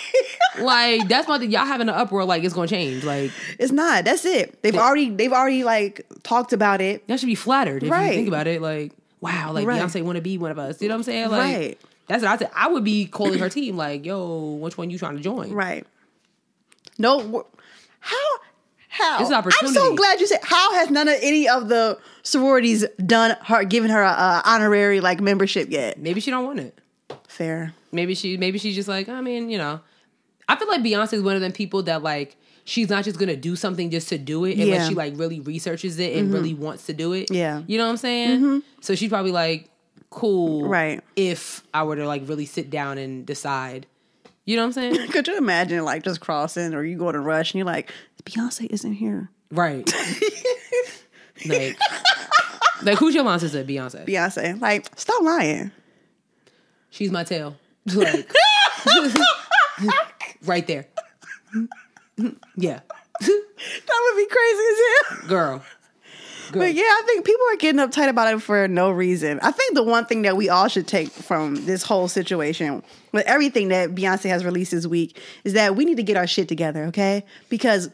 will die.
like that's my thing. Y'all having an uproar, like it's gonna change. Like
it's not. That's it. They've already they've already like talked about it.
y'all should be flattered if
Right.
you think about it. Like wow, like
Right.
Beyonce want to be one of us. You know what I'm saying? Like
Right.
that's what I said. I would be calling her team like, yo, which one you trying to join?
Right. No wh- how how
It's an
I'm
opportunity.
so glad you said how has none of any of the sororities done her given her a, a honorary like membership yet?
Maybe she don't want it.
Fair.
Maybe she maybe she's just like, I mean, you know. I feel like Beyonce is one of them people that like she's not just gonna do something just to do it unless
Yeah. Mm-hmm.
she like really researches it and really wants to do it.
Yeah. Mm-hmm.
You know what I'm saying? So she's probably like, cool
Right.
if I were to like really sit down and decide. You know what I'm saying?
Could you imagine like just crossing or you go to rush and you're like, Beyonce isn't here.
right. like like who's your mom sister? Beyonce.
Beyonce, like, stop lying.
she's my tail. Like right there. yeah.
That would be crazy as hell.
Girl.
But yeah, I think people are getting uptight about it for no reason. I think the one thing that we all should take from this whole situation with everything that Beyonce has released this week is that we need to get our shit together, okay? Because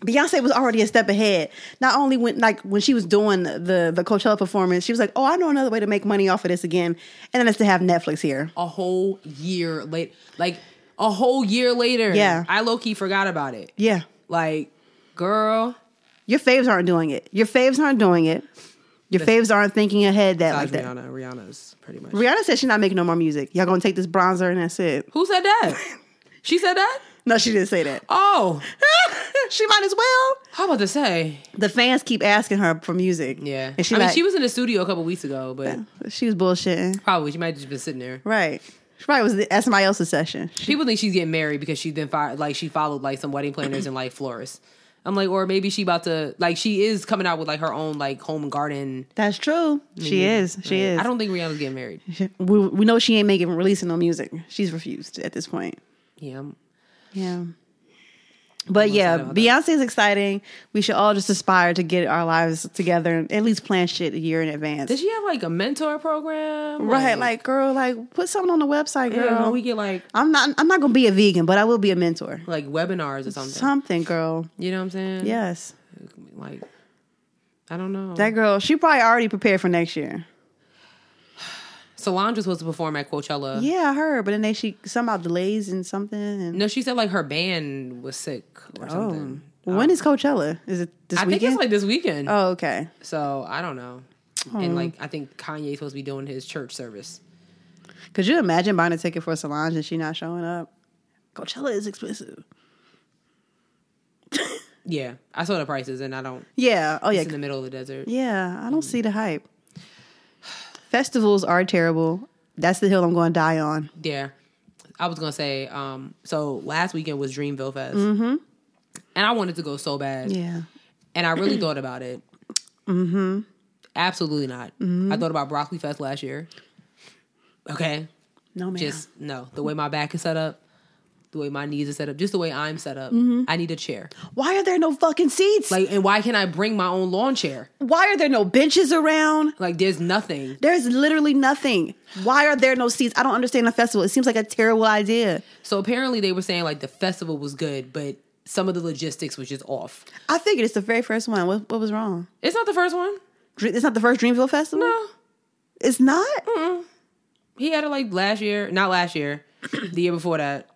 Beyonce was already a step ahead. Not only when like when she was doing the the Coachella performance, she was like, "Oh, I know another way to make money off of this again." And then it's to have Netflix here.
a whole year late. Like a whole year later.
Yeah.
I low key forgot about it.
Yeah.
Like, girl,
Your faves aren't doing it. Your faves aren't doing it. Your faves aren't thinking ahead that like
like
that.
Rihanna. Rihanna's pretty much.
Rihanna said she's not making no more music. Y'all gonna take this bronzer and that's it.
Who said that? she said that?
No, she didn't say that.
Oh.
she might as well.
How about to say?
The fans keep asking her for music.
Yeah.
and she
I
like,
mean, she was in the studio a couple weeks ago, but
she was bullshitting.
probably she might have just been sitting there.
Right, she probably was at somebody else's session.
People think she's getting married because she's been fired. Like she followed like some wedding planners and like florists. I'm like, or maybe she about to like she is coming out with like her own like home and garden.
That's true. She is. She is.
I don't think Rihanna's getting married.
We, we know she ain't making releasing no music. She's refused at this point.
Yeah, I'm-
Yeah. But yeah,
about
Beyonce is exciting. We should all just aspire to get our lives together and at least plan shit a year in advance.
Did she have like a mentor program?
right, like girl, like put something on the website, girl.
yeah, when we get like
I'm not I'm not gonna be a vegan, but I will be a mentor.
like webinars or something.
Something, girl.
you know what I'm saying?
Yes.
Like I don't know.
That girl, she probably already prepared for next year.
Solange was supposed to perform at Coachella.
Yeah, I heard, but then they she somehow delays and something. And,
No, she said like her band was sick or something.
when is Coachella? Is it this
I think
Oh. weekend?
it's like this weekend.
oh, okay.
So I don't know. And like I think Kanye's supposed to be doing his church service.
Could you imagine buying a ticket for Solange and she not showing up? Coachella is expensive.
Yeah, I saw the prices, and I don't.
Yeah. Oh yeah.
It's in the middle of the desert.
Yeah. I don't see the hype. Festivals are terrible. That's the hill I'm going to die on.
Yeah, I was gonna say. Um, so last weekend was Dreamville Fest,
Mm-hmm.
and I wanted to go so bad.
Yeah.
and I really thought about it. Mm-hmm. Absolutely not. I thought about Broccoli Fest last year. Okay,
No man.
just no. The way my back is set up, the way my knees are set up, just the way I'm set up. I need a chair.
why are there no fucking seats?
Like, and why can't I bring my own lawn chair?
why are there no benches around?
Like, there's nothing.
There's literally nothing. Why are there no seats? I don't understand the festival. It seems like a terrible idea.
So apparently they were saying like the festival was good, but some of the logistics was just off.
I figured it's the very first one. What, what was wrong?
It's not the first one.
Dr- It's not the first Dreamville Festival?
No.
It's not?
He had it like last year, not last year, the year before that.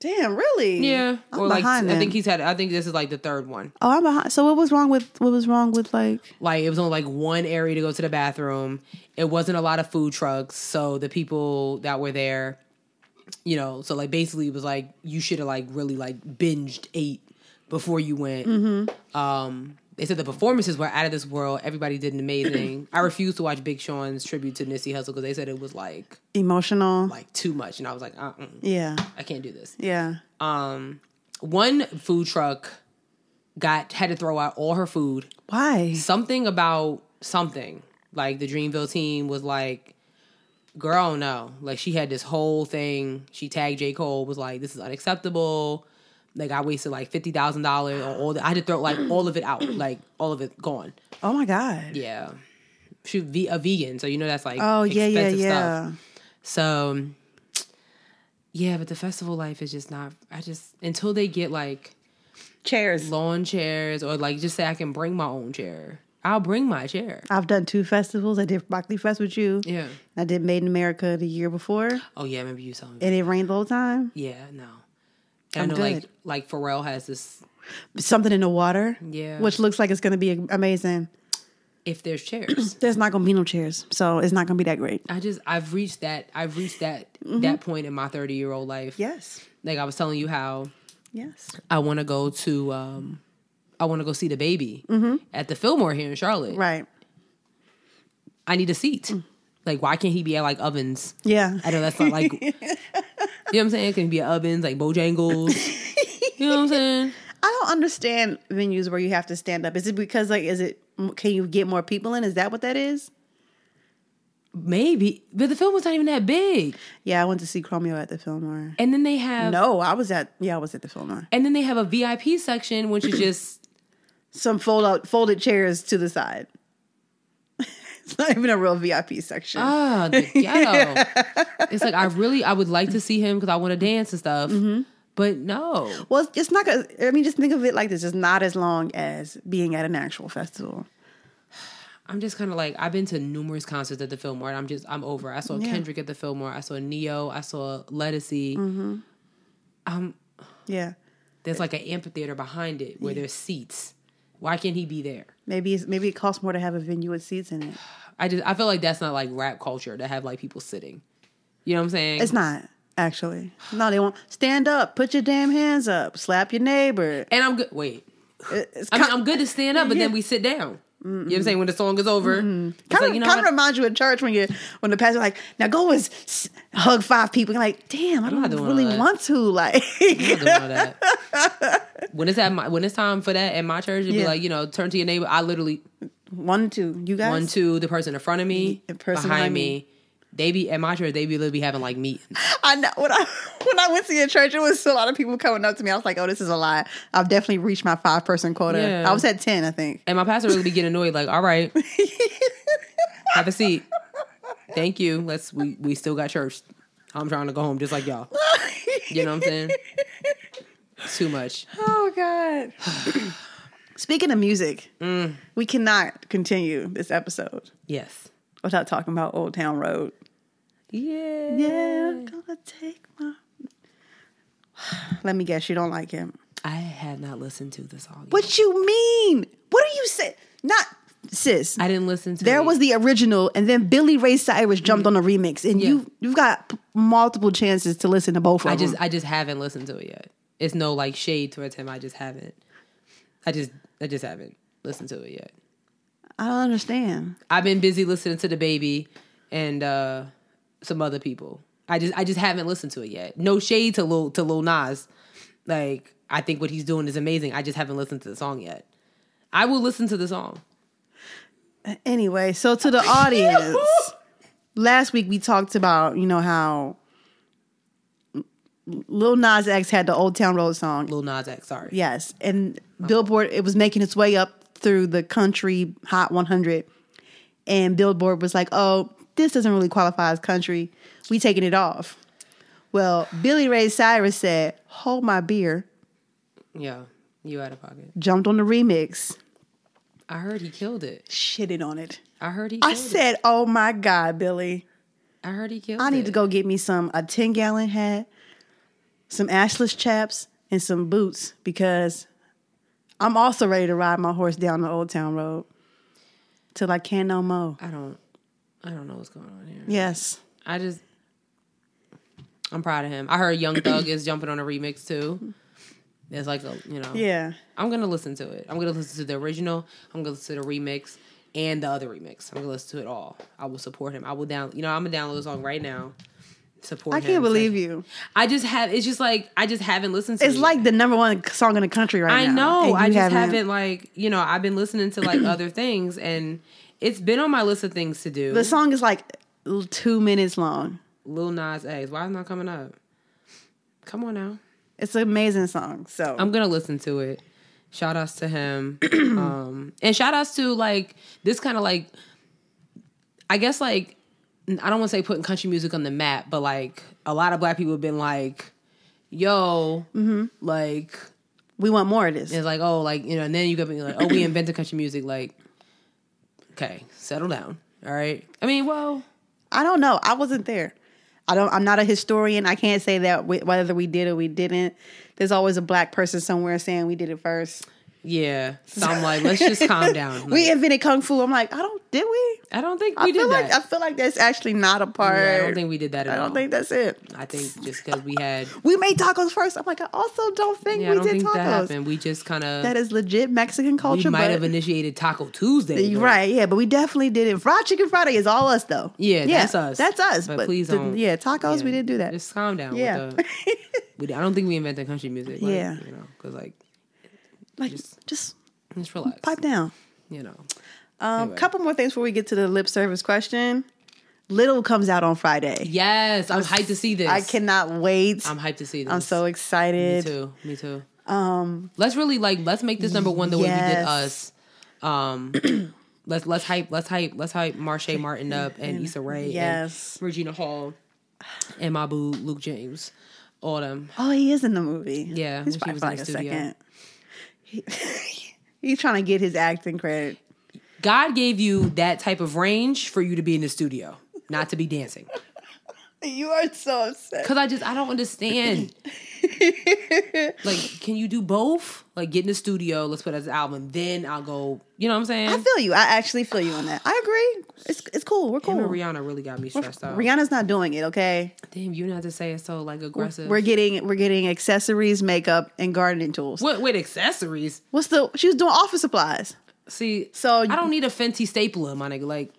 Damn, really?
Yeah,
I'm
or like
behind
I
then.
think he's had. I think this is like the third one.
Oh, I'm behind. So what was wrong with what was wrong with like
Like it was only like one area to go to the bathroom. It wasn't a lot of food trucks, so the people that were there, you know, so like basically it was like you should have like really like binged ate before you went. Um, they said the performances were out of this world. Everybody did an amazing. I refused to watch Big Sean's tribute to Nipsey Hussle because they said it was like
emotional?
like too much, and I was like, uh, uh
yeah.
I can't do this.
Yeah.
Um, one food truck got had to throw out all her food.
Why?
Something about something like the Dreamville team was like, "Girl, no!" Like she had this whole thing. She tagged J Cole was like, "This is unacceptable." Like I wasted like fifty thousand dollars on all. The, I had to throw like all of it out, like all of it gone.
Oh my god.
Yeah, she ve- a vegan, so you know that's like
Oh yeah, yeah,
expensive stuff.
yeah.
So yeah, but the festival life is just not I just until they get like
Chairs.
lawn chairs or like just say I can bring my own chair. I'll bring my chair.
I've done two festivals. I did Broccoli Fest with you.
Yeah.
I did Made in America the year before,
Oh yeah, maybe you told me.
and it rained the whole time.
yeah, no. And I
I'm
know like
good.
like Pharrell has this
Something in the water.
Yeah.
Which looks like it's gonna be amazing.
if there's chairs.
There's not gonna be no chairs, so it's not gonna be that great.
I just I've reached that I've reached that
Mm-hmm.
that point in my 30 year old life.
Yes.
Like I was telling you how
Yes.
I want to go to um I want to go see the baby at the Fillmore here in Charlotte.
Mm-hmm. Right. Mm.
I need a seat. Like, why can't he be at like ovens?
Yeah.
I know that's not like, you know what I'm saying? It can be at ovens, like Bojangles. you know what I'm saying?
I don't understand venues where you have to stand up. Is it because like is it can you get more people in? Is that what that is?
Maybe. But the film was not even that big.
Yeah, I went to see Chromeo at the Fillmore.
And then they have,
No, I was at yeah, I was at the Fillmore.
and then they have a VIP section, which is just
some fold out folded chairs to the side. it's not even a real VIP section.
Ah, the ghetto. It's like I really I would like to see him because I want to dance and stuff.
Mm-hmm.
But no,
well, it's not. gonna- I mean, just think of it like this: it's not as long as being at an actual festival.
I'm just kind of like I've been to numerous concerts at the Fillmore. And I'm just I'm over. I saw Kendrick at the Fillmore. I saw Neo. I saw Lettucey.
Mm-hmm.
Um,
Yeah,
There's like an amphitheater behind it where there's seats. Why can't he be there?
maybe it's, maybe it costs more to have a venue with seats in it.
I just I feel like that's not like rap culture to have like people sitting. You know what I'm saying?
It's not actually. No, they won't stand up. Put your damn hands up. Slap your neighbor.
And I'm good. Wait,
It- It's
I mean,
kind-
I'm good to stand up, but then we sit down. You know what I'm saying? When the song is over, it's
Kind of,
like, you know
kind
what?
of reminds you of church when you when the pastor like now go and s- hug five people. You're like, damn, I
not
don't
doing all
really
that.
want to. Like,
I don't know that. when it's at my, when it's time for that at my church, it'd be
Yeah.
like you know, turn to your neighbor. I literally
one, two, you guys,
one two the person in front of me,
The person
behind
behind
me.
me.
They be at my church. They be literally having like meetings.
I know when I when I went to your church, it was still a lot of people coming up to me. I was like, oh, this is a lot. I've definitely reached my five person quota.
Yeah.
I was at ten, I think.
And my pastor really be getting annoyed. Like, all right, have a seat. Thank you. Let's we we still got church. I'm trying to go home just like y'all. You know what I'm saying? Too much.
Oh God. Speaking of music, we cannot continue this episode
Yes.
without talking about Old Town Road.
Yeah.
Yeah, gonna take my. Let me guess, you don't like him.
I had not listened to the song. yet.
What you mean? What are you saying? Not sis.
I didn't listen to.
there
it. Mm-hmm.
was the original, and then Billy Ray Cyrus jumped on a remix, and you you've got p- multiple chances to listen to both of
I
them.
just I just haven't listened to it yet. It's no like shade towards him. I just haven't. I just I just haven't listened to it yet.
I don't understand.
I've been busy listening to the baby and uh some other people. I just I just haven't listened to it yet. No shade to Lil to Lil Nas. Like I think what he's doing is amazing. I just haven't listened to the song yet. I will listen to the song.
Anyway, so to the audience, last week we talked about you know how Lil Nas X had the Old Town Road song,
Lil Nas X, sorry.
Yes, and Billboard it was making its way up through the country Hot 100, and Billboard was like, "Oh, this doesn't really qualify as country. We taking it off." Well, Billy Ray Cyrus said, "Hold my beer,"
Yeah. You out of pocket.
jumped on the remix,
I heard he killed it.
shitted on it.
I heard he
I
killed it.
said, "Oh my God, Billy,
I heard he killed
I need
it.
to go get me some a 10 gallon hat, some ashless chaps, and some boots because I'm also ready to ride my horse down the Old Town Road." Till I can no more.
I don't I don't know what's going on here.
Yes.
I just I'm proud of him. I heard Young Thug is jumping on a remix too. It's like a you know.
Yeah.
I'm gonna listen to it. I'm gonna listen to the original. I'm gonna listen to the remix and the other remix. I'm gonna listen to it all. I will support him. I will down. You know, I'm gonna download the song right now. Support.
I
him.
can't believe
Say-
you.
I just have. It's just like I just haven't listened to.
It's
it yet.
like the number one song in the country right
I
now.
know.
and
I
you
just haven't. like you know. I've been listening to like other things, and it's been on my list of things to do.
The song is like l- two minutes long.
Lil Nas X. Why is it not coming up? Come on now.
It's an amazing song. So
I'm gonna listen to it. Shout outs to him. um and shout outs to like this kind of like I guess like I don't wanna say putting country music on the map, but like a lot of black people have been like, yo,
Mm-hmm.
like
we want more of this.
it's like, oh, like, you know, and then you go be like, oh, we invented country music, like, okay, settle down. All right. I mean, well,
I don't know. I wasn't there. I don't. I'm not a historian. I can't say that wh- whether we did or we didn't. There's always a black person somewhere saying we did it first.
yeah. So I'm like, let's just calm down.
we
Like,
invented kung fu. I'm like, I don't. Did we?
I don't think we
I
did
feel
that.
like I feel like that's actually not a part.
Yeah, I don't think we did that at
I don't
all.
think that's it.
I think just because we had
We made tacos first. I'm like, I also don't think
Yeah,
we
I don't
did
think
tacos.
that happened. We just kind
That
of
is legit Mexican
we
culture.
might
but-
have initiated Taco Tuesday,
You're
but-
Right, yeah, but we definitely did it. Fried Chicken Friday is all us though.
Yeah, that's us.
That's us.
But
But,
please
the-
don't-
yeah, tacos. We didn't do that.
Just calm down.
yeah,
With the, we, I don't think we invented country music. Like,
Yeah.
you know, because like
like just,
just relax.
pipe down.
You know,
Um,
Anyway.
couple more things before we get to the lip service question. Little comes out on Friday.
yes, I'm hyped to see this.
I cannot wait.
I'm
I'm,
hyped to see this.
so
Me
excited.
too. Me too. let's really like let's make this number one the way we did
Um, Yes.
us. Um, let's let's hype let's hype let's hype Marsha Martin up and Issa Rae,
Yes.
and Regina Hall, and my boo Luke James, all them.
Oh, he is in the movie.
Yeah,
he's
when she
probably
was
for
in
like
the
a
studio.
second. He, he's trying to get his acting credit.
God gave you that type of range for you to be in the studio, not to be dancing.
You are so upset.
Cause I just I don't understand. like, can you do both? Like, get in the studio. Let's put it as an album. Then I'll go. You know what I'm saying?
I feel you. I actually feel you on that. I agree. It's it's cool. We're cool.
Him and Rihanna really got me stressed out.
Rihanna's not doing it. Okay,
Damn, you know how to say it so like aggressive.
we're getting we're getting accessories, makeup, and gardening tools.
What with accessories?
What's the? She was doing office supplies.
See,
So
I don't need a Fenty stapler, my nigga. Like,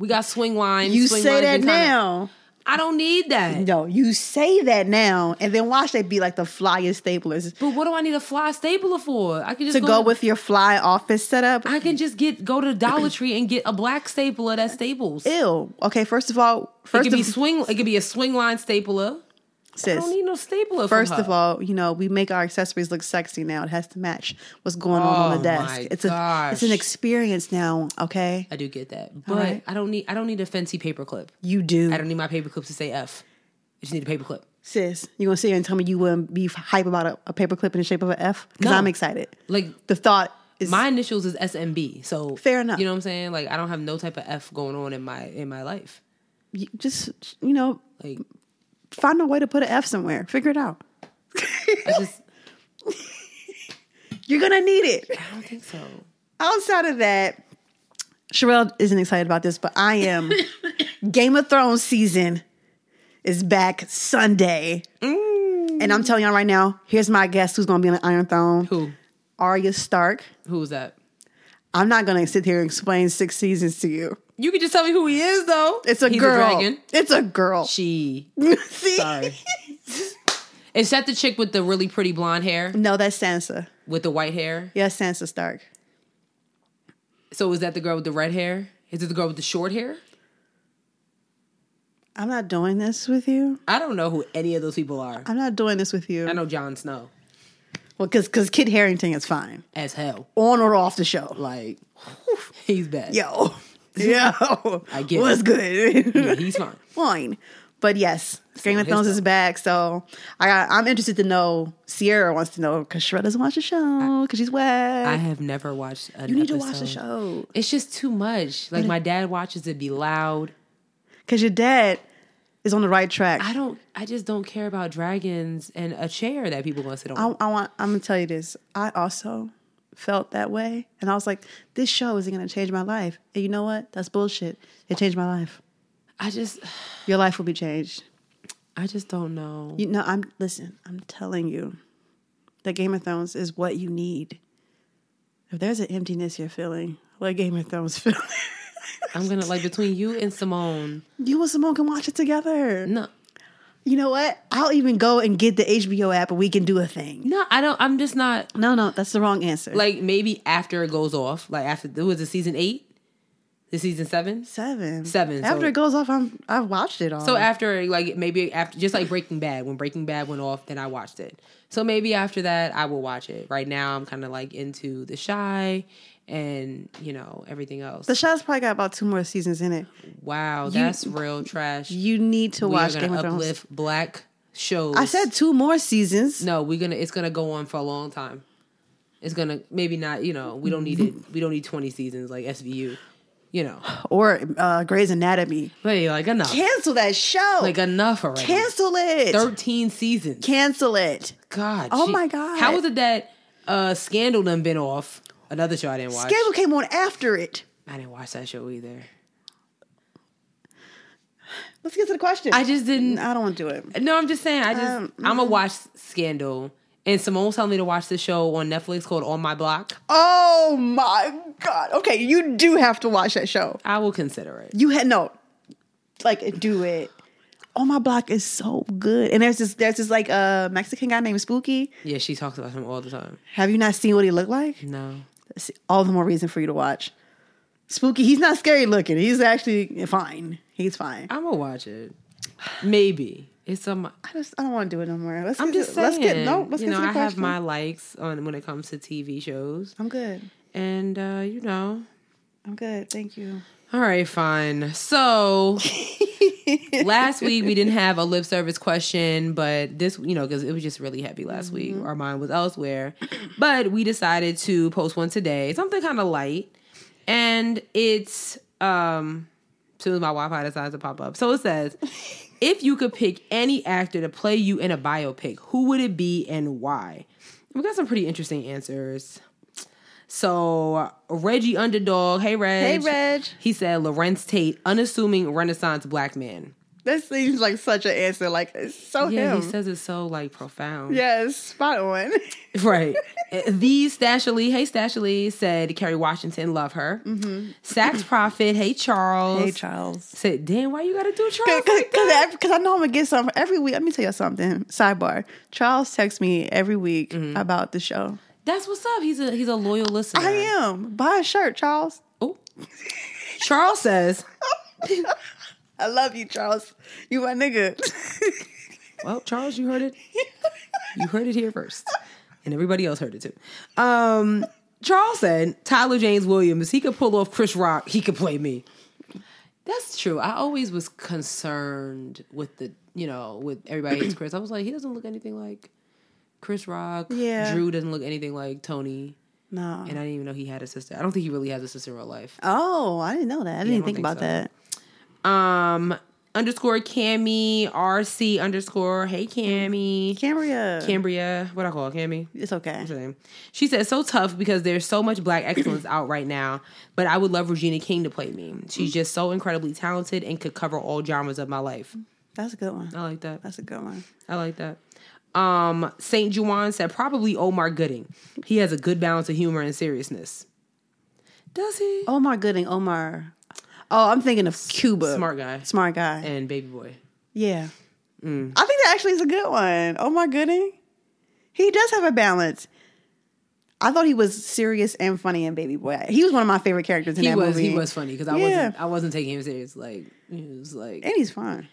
we got swing lines.
You
swing
say
lines
that
been kinda-
now.
I don't need that.
No, you say that now, and then watch that be like the flyest staplers
But what do I need a fly stapler for? I can just
to go with your fly office setup.
I can just get go to Dollar Tree and get a black stapler that staples. It
Ew. Okay, first of all, first
could be
of
swing. It could be a swing line stapler. I
sis,
don't need no stapler. from
First of
her.
all, you know we make our accessories look sexy now. It has to match what's going on on
Oh,
the desk.
my
it's a it's an
gosh.
experience now. Okay,
I do get that, but
right.
I don't need. I don't need a Fenty paperclip.
you do.
I don't need my paperclips to say F. I just need a paperclip.
Sis, you gonna sit here and tell me you wouldn't be hype about a, a paperclip in the shape of an F? Because
No.
I'm excited.
Like
The thought is
my initials is SMB, so
Fair enough.
You know what I'm saying? Like I don't have no type of F going on in my in my life.
you just you know
Like
find a way to put an F somewhere. Figure it out.
I just
You're gonna need it.
I don't think so.
Outside of that, Sherelle isn't excited about this, but I am. Game of Thrones season is back Sunday.
Mm.
And I'm telling y'all right now, here's my guess who's gonna be on the Iron Throne.
Who
Arya Stark.
who was that?
I'm not gonna sit here and explain six seasons to you.
You could just tell me who he is, though.
It's a
He's
girl.
dragon.
It's a girl.
She
See?
sorry. Is that the chick with the really pretty blonde hair
No, that's Sansa.
with the white hair?
Yes, Sansa Stark.
So is that the girl with the red hair? Is it the girl with the short hair?
I'm not doing this with you.
I don't know who any of those people are.
I'm not doing this with you.
I know Jon Snow
Well, because because Kit Harrington is fine
as hell.
on or off the show.
Like he's bad.
Yo, yo,
I get
what's
it.
good.
Yeah, he's fine.
fine. But yes, Game of
his
Thrones is
fault.
back, so I got, I'm interested to know. Sierra wants to know because Shredda doesn't watch the show because she's whack.
I have never watched. An
you need to watch the
episode.
show
It's just too much. Like my dad watches it be loud.
because your dad is on the right track.
I don't. I just don't care about dragons and a chair that people gonna sit on.
I, I want. I'm gonna tell you this. I also felt that way, and I was like, "This show isn't gonna change my life." And you know what? That's bullshit. It changed my life.
I just.
Your life will be changed.
I just don't know.
You know, I'm listen. I'm telling you that Game of Thrones is what you need. If there's an emptiness you're feeling, let Game of Thrones fill. it.
I'm gonna like between you and Simone.
you and Simone can watch it together.
No,
You know what? I'll even go and get the HBO app, and we can do a thing.
no, I don't. I'm just not
No, no, that's the wrong answer.
like maybe after it goes off. Like after it was it season eight, the season seven.
seven,
Seven,
After
so-
it goes off, I'm I've watched it all.
So after like maybe after just like Breaking Bad, when Breaking Bad went off, then I watched it. So maybe after that I will watch it. Right now I'm kind of like into The Shy and you know everything else.
The show's probably got about two more seasons in it.
wow, that's real trash.
You need to
we are
watch
gonna
Game of Thrones.
uplift black shows.
I said two more seasons.
no. We're gonna it's gonna go on for a long time. It's gonna maybe not. You know we don't need it. We don't need 20 seasons like SVU. You know,
Or uh, Grey's Anatomy.
but yeah, like enough,
Cancel that show.
like uh, enough already.
Cancel it.
13 seasons.
Cancel it.
God.
Oh
gee.
my God.
How is it that uh, Scandal done been off? Another show I didn't watch.
Scandal came on after it.
I didn't watch that show either.
Let's get to the question.
I just didn't. mm.
I don't want to do it.
No, I'm just saying. I just
Um,
I'm gonna watch Scandal. And Simone was telling me to watch this show on Netflix called On My Block.
Oh my god. Okay, you do have to watch that show.
I will consider it.
You had no, like do it. Oh my block is so good. And there's this there's this like uh, Mexican guy named Spooky.
Yeah, she talks about him all the time.
Have you not seen what he looked like?
No.
See, all the more reason for you to watch. Spooky, he's not scary looking. He's actually fine. He's fine.
I'm gonna watch it. Maybe. It's some.
I just I don't want to do it no more. Let's
I'm
get
just
to,
saying.
let's get no. Let's
you
get
know,
to the
I have
question.
my likes on when it comes to TV shows,
I'm good.
and uh, you know,
I'm good. Thank you.
All right, fine. So last week we didn't have a lip service question, but this, you know, because it was just really heavy last
Mm-hmm.
week. Our mind was elsewhere. But we decided to post one today, something kind of light. And it's, um, as soon as my Wi Fi decides to pop up. So it says, if you could pick any actor to play you in a biopic, who would it be and why? We got some pretty interesting answers. So Reggie Underdog, hey Reg.
Hey, Reg.
He said Lorenz Tate, unassuming Renaissance black man.
That seems like such an answer. Like it's so
Yeah,
him.
he says it so like profound.
yes, spot on.
Right. Uh, the Stashley, hey Stashley, said Kerry Washington, love her. Mm-hmm. Sax Prophet, hey Charles.
Charles.
Said, damn, why you gotta do Charles? like that?
Because I know I'm gonna get something every week. Let me tell you something. Sidebar: Charles texts me every week
Mm-hmm.
about the show.
That's what's up. He's a he's a loyal listener.
I am buy a shirt, Charles.
Oh. Charles says,
I love you, Charles. You my nigga.
Well, "Oh, Charles, you heard it. You heard it here first. And everybody else heard it too. Um, Charles said, Tyler James Williams, he could pull off Chris Rock, he could play me. That's true. I always was concerned with the, you know, with everybody hates Chris. I was like, he doesn't look anything like Chris Rock.
Yeah.
Drew doesn't look anything like Tony.
no.
And I didn't even know he had a sister. I don't think he really has a sister in real life.
Oh, I didn't know that. I didn't
don't
think
think
about
so.
that.
Um, underscore Cammy, RC underscore, hey Cammy.
Cambria.
Cambria, what I call her, Cammy?
It's okay.
What's her name? She said, so tough because there's so much black excellence out right now, but I would love Regina King to play me. She's just so incredibly talented and could cover all genres of my life.
That's a good one.
I like that.
That's a good one.
I like that. Um, St. Juan said, probably Omar Gooding. He has a good balance of humor and seriousness. Does he?
Omar Gooding. Omar. Oh, I'm thinking of Cuba.
Smart guy.
Smart guy.
And Mm. Baby Boy.
Yeah. I think that actually is a good one. Oh my goodness. He does have a balance. I thought he was serious and funny in Baby Boy. He was one of my favorite characters in
He
that
was
movie.
he was funny because I
Yeah.
wasn't I wasn't taking him serious. Like he was like
And he's fun.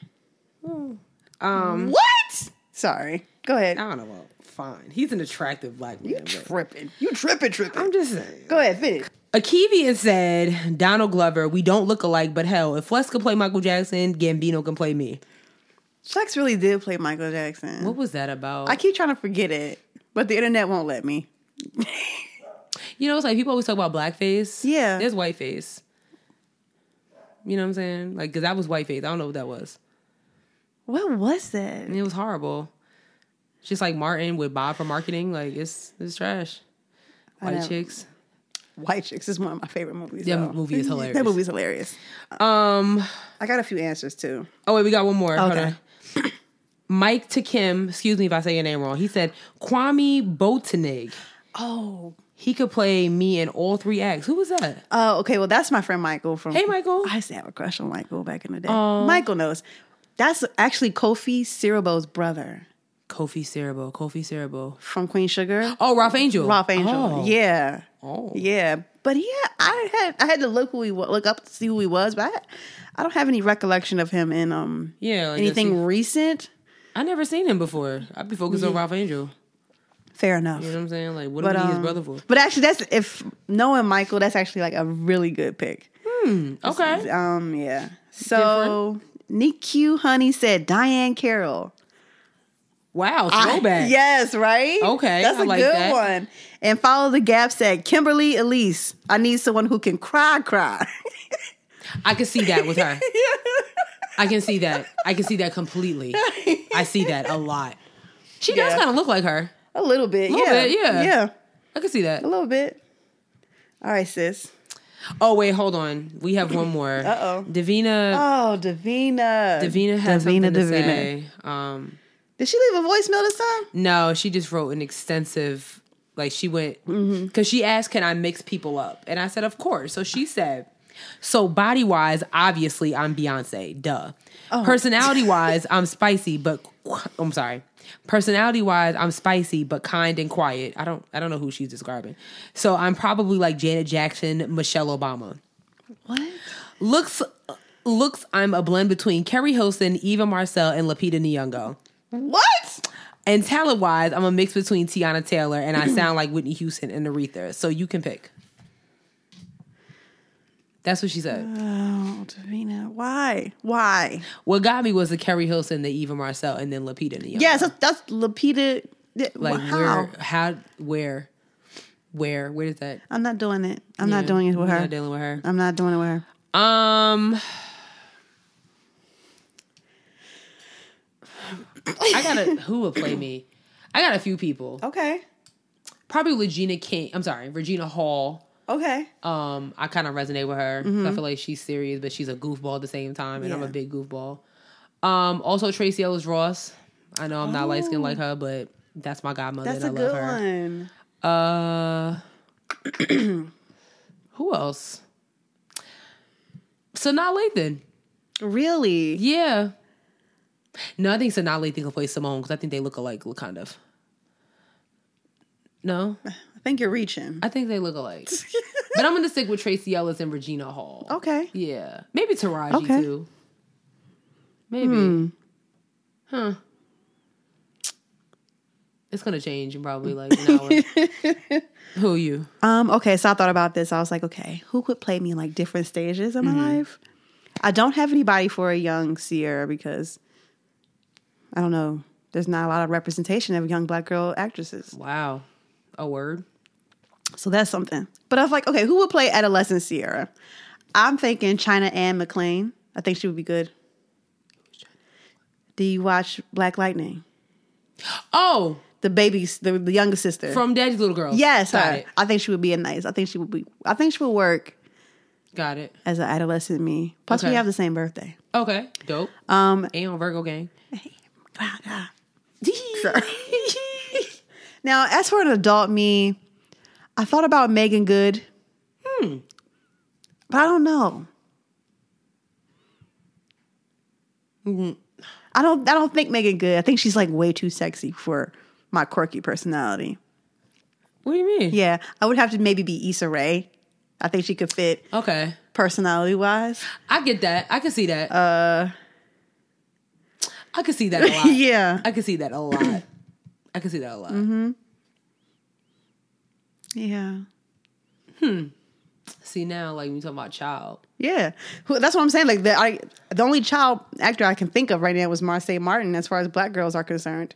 um
What? Sorry. Go ahead.
I don't know. Well, fine. He's an attractive black man. but-
tripping. You tripping, tripping.
I'm just saying.
Go ahead, finish.
Akivian said, Donald Glover, we don't look alike, but hell, if Flex can play Michael Jackson, Gambino can play me.
Flex really did play Michael Jackson.
What was that about?
I keep trying to forget it, but the internet won't let me.
you know, it's like people always talk about blackface.
Yeah.
There's whiteface. You know what I'm saying? Like, because that was whiteface. I don't know what that was.
What was that?
And it was horrible. It's Just like Martin with Bob for marketing. Like, it's it's trash. White
know.
chicks.
White Chicks is one of my favorite movies.
That
though.
movie is hilarious.
That movie's hilarious.
Um,
I got a few answers too.
Oh wait, we got one more. Hold
Okay.
on. Mike to Kim, excuse me if I say your name wrong. He said Kwame Botanig.
Oh.
He could play me in all three acts. Who was that?
Oh, okay. Well, that's my friend Michael from.
Hey, Michael. Oh.
I used to have a crush on Michael back in the day. Michael knows. That's actually Kofi Ciribo's brother
Kofi Cerebo. Kofi Cerebo.
from Queen Sugar.
Oh, Ralph Angel.
Ralph Angel.
Oh.
Yeah.
Oh.
Yeah. But yeah, I had I had to look who he wa- look up to see who he was, but I, I don't have any recollection of him in um
Yeah, like
anything
that's-
recent.
I never seen him before. I'd be focused on Ralph Angel.
Fair enough.
You know what I'm saying? Like, what
But
would he his
um,
brother for?
but actually, that's if knowing Michael, that's actually like a really good pick.
Okay.
Um, yeah. So NICU Honey said Diane Carroll.
Wow.
I-
Throwback.
yes, right?
Okay,
That's
I
a
like
good
that.
one. And follow the gap said Kimberly Elise. I need someone who can cry, cry.
I can see that with her. I can see that. I can see that completely. I see that a lot. She does
Yeah.
kind of look like her.
a little bit.
Little
yeah.
bit, yeah.
Yeah.
I can see that.
A little bit. All right, sis.
Oh wait, hold on. We have one more.
Uh-oh.
Davina.
Oh, Davina.
Davina has
Davina,
something to
Davina.
say. Um,
Did she leave a voicemail this time?
no, she just wrote an extensive. Like she went because she asked, "Can I mix people up?" And I said, "Of course." So she said, "So body wise, obviously I'm Beyonce. Duh. Personality wise, I'm spicy, but I'm sorry." Personality wise, I'm spicy but kind and quiet. I don't I don't know who she's describing. So I'm probably like Janet Jackson, Michelle Obama.
What?
looks looks, I'm a blend between Kerry Hilson, Eva Marcel, and Lapita Nyong'o.
What?
And talent wise, I'm a mix between Tiana Taylor and I sound like Whitney Houston and Aretha. So you can pick. That's what she said.
Oh, Davina, why? Why?
What got me was the Kerry Hilson, the Eva Marcel, and then Lapita Nyong'o.
Yes, that's, that's Lapita. th-
Like
how?
where? How? Where? Where? Where does that?
I'm not doing it. I'm not
Yeah,
doing it with
you're
her.
Not dealing with her.
I'm not doing it with her.
Um, I got a who would play me. I got a few people.
Okay.
Probably Regina King. I'm sorry, Regina Hall.
Okay.
Um, I kind of resonate with her. I feel like she's serious, but she's a goofball at the same time, and I'm a
Mm-hmm. Yeah.
big goofball. Um, also Tracy Ellis Ross. I know I'm not light skinned like her, but that's my godmother.
Oh. That's a
and I
good
love her.
one.
Uh, who else? Sanaa Lathan.
Really?
Yeah. No, I think Sanaa Lathan can play Simone because I think they look alike, look kind of. No,
I think you're reaching.
I think they look alike. but I'm gonna stick with Tracy Ellis and Regina Hall.
Okay.
Yeah, maybe Taraji
Okay. Hmm.
too. Maybe. Huh. It's gonna change in probably like an hour. Who are you?
Um, okay, so I thought about this. I was like, okay, who could play me in like different stages in my
Mm-hmm.
life? I don't have anybody for a young Sierra because I don't know. There's not a lot of representation of young black girl actresses.
Wow. A word.
So that's something. But I was like, okay, who would play adolescent Sierra? I'm thinking China Ann McClain. I think she would be good. Do you watch Black Lightning?
Oh,
The baby's the, the younger sister.
from Daddy's Little Girl.
yes,
got
her.
it.
I think she would be a nice. I think she would be I think she would work
Got it.
as an adolescent me. Plus,
Okay.
we have the same birthday.
Okay, dope.
Um,
And on Virgo gang.
now, as for an adult me, I thought about Megan Good, but I don't know. I don't. I don't think Megan Good. I think she's like way too sexy for my quirky personality.
What do you mean?
Yeah, I would have to maybe be Issa Rae. I think she could fit
Okay.
personality wise.
I get that. I can see that. Uh I can see that a lot.
yeah, Mm-hmm.
I can see that a lot. I can see that a lot.
yeah.
See now, like when you talk about child.
Yeah, Who- that's what I'm saying. Like the I, the only child actor I can think of right now was Marseille Martin, as far as black girls are concerned.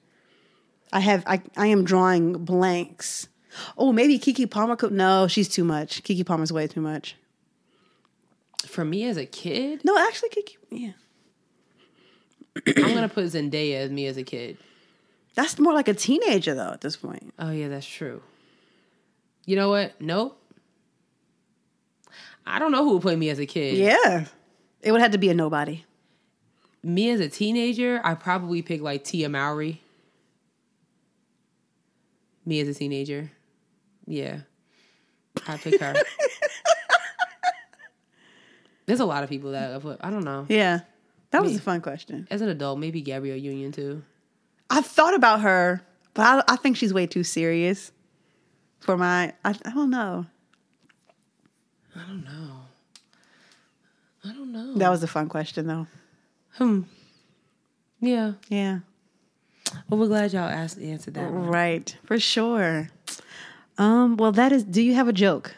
I have I I am drawing blanks. Oh, maybe Kiki Palmer could. No, she's too much. Kiki Palmer's way too much.
For me as a kid,
No, actually, Kiki. Yeah,
I'm gonna put Zendaya as me as a kid.
that's more like a teenager though at this point.
Oh yeah, that's true. You know what? Nope. I don't know who would play me as a kid.
Yeah, it would have to be a nobody.
Me as a teenager, I probably pick like Tia Mowry. Me as a teenager. Yeah. I pick her. There's a lot of people that I put. I don't know.
Yeah, that was a fun question.
As an adult, maybe Gabrielle Union too.
I thought about her, but I, I think she's way too serious for my. I, I don't know.
I don't know.
That was a fun question though.
Hmm. Yeah.
Yeah.
Well, we're glad y'all asked answered that. one.
Right, for sure. Um, well, that is. Do you have a joke?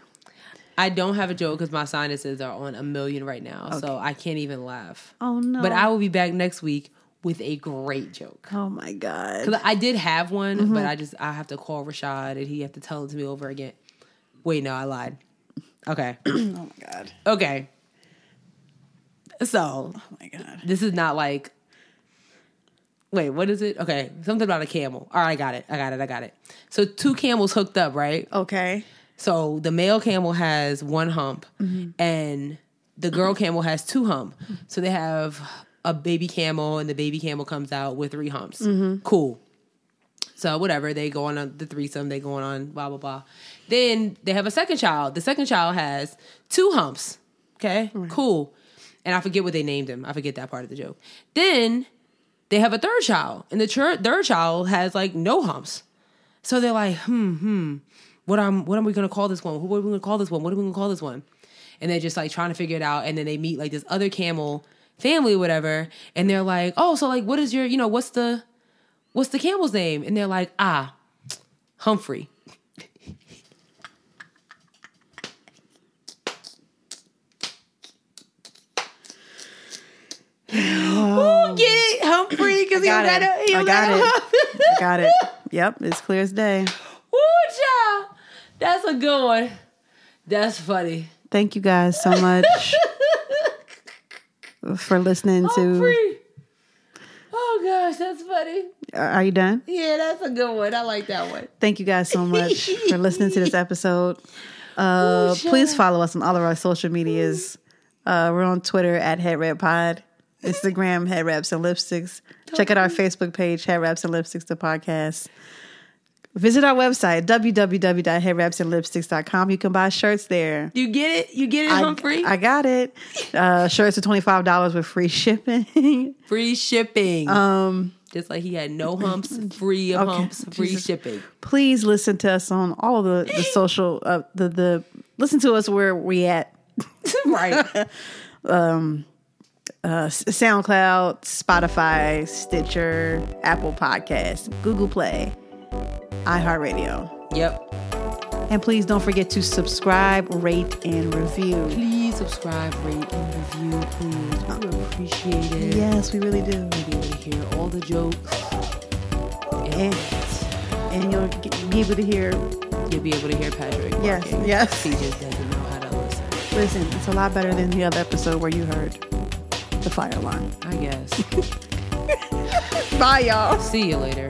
I don't have a joke because my sinuses are on a million right now, so I can't even laugh.
Oh no!
But I will be back next week with a great joke.
Oh my god!
'Cause I did have one,
Mm-hmm.
but I just I have to call Rashad and he have to tell it to me over again. Wait, no, I lied. Okay.
Oh my god!
okay. So
Oh my god!
this is not like wait what is it okay something about a camel all right i got it i got it i got it so two camels hooked up right
Okay.
so the male camel has one hump and the girl camel has two hump so they have a baby camel and the baby camel comes out with three humps cool so whatever they go on a- the threesome they going on blah blah blah then they have a second child the second child has two humps okay cool and i forget what they named him i forget that part of the joke then they have a third child and the chir- third child has like no humps so they're like hmm hmm what am what am we gonna call this one? What are we gonna call this one? What are we gonna call this one? and they're just like trying to figure it out. And then they meet like this other camel family, whatever, and they're like, oh, so like, what is your, you know, what's the, what's the camel's name? And they're like, ah, Humphrey. Ooh, get it, Humphrey, because he
Got
got
it.
a, he
I
was
got
at a-
it. I got it. Yep, it's clear as day.
Ooh, child. That's a good one. That's funny.
Thank you guys so much for listening to.
Humphrey. Oh gosh, that's funny.
Are you done?
Yeah, that's a good one. I like that one.
Thank you guys so much for listening to this episode. Uh, please follow us on all of our social medias. Uh, we're on Twitter at Head Red Pod, Instagram Head Wraps and Lipsticks. Check out our Facebook page, Head Wraps and Lipsticks the podcast. Visit our website www.headwrapsandlipsticks.com. You can buy shirts there.
You get it? You get it,
I-
Humphrey?
I, got it. Uh, shirts are twenty five dollars with free shipping.
free shipping. Um just like he had no humps, free of humps, free shipping.
Please listen to us on all of the the social uh, the the listen to us where we at Um,
right.
uh, SoundCloud, Spotify, Stitcher, Apple Podcasts, Google Play, iHeartRadio.
Yep.
And please don't forget to subscribe, rate, and review.
Please subscribe, rate, and review, please. We would appreciate it.
Yes, we really do.
You will hear all the jokes.
And, and you'll g- be able to hear.
You'll be able to hear Patrick.
Yes,
walking.
yes.
He just doesn't know how to listen.
Listen, it's a lot better than the other episode where you heard the fire alarm.
I guess.
Bye, y'all.
See you later.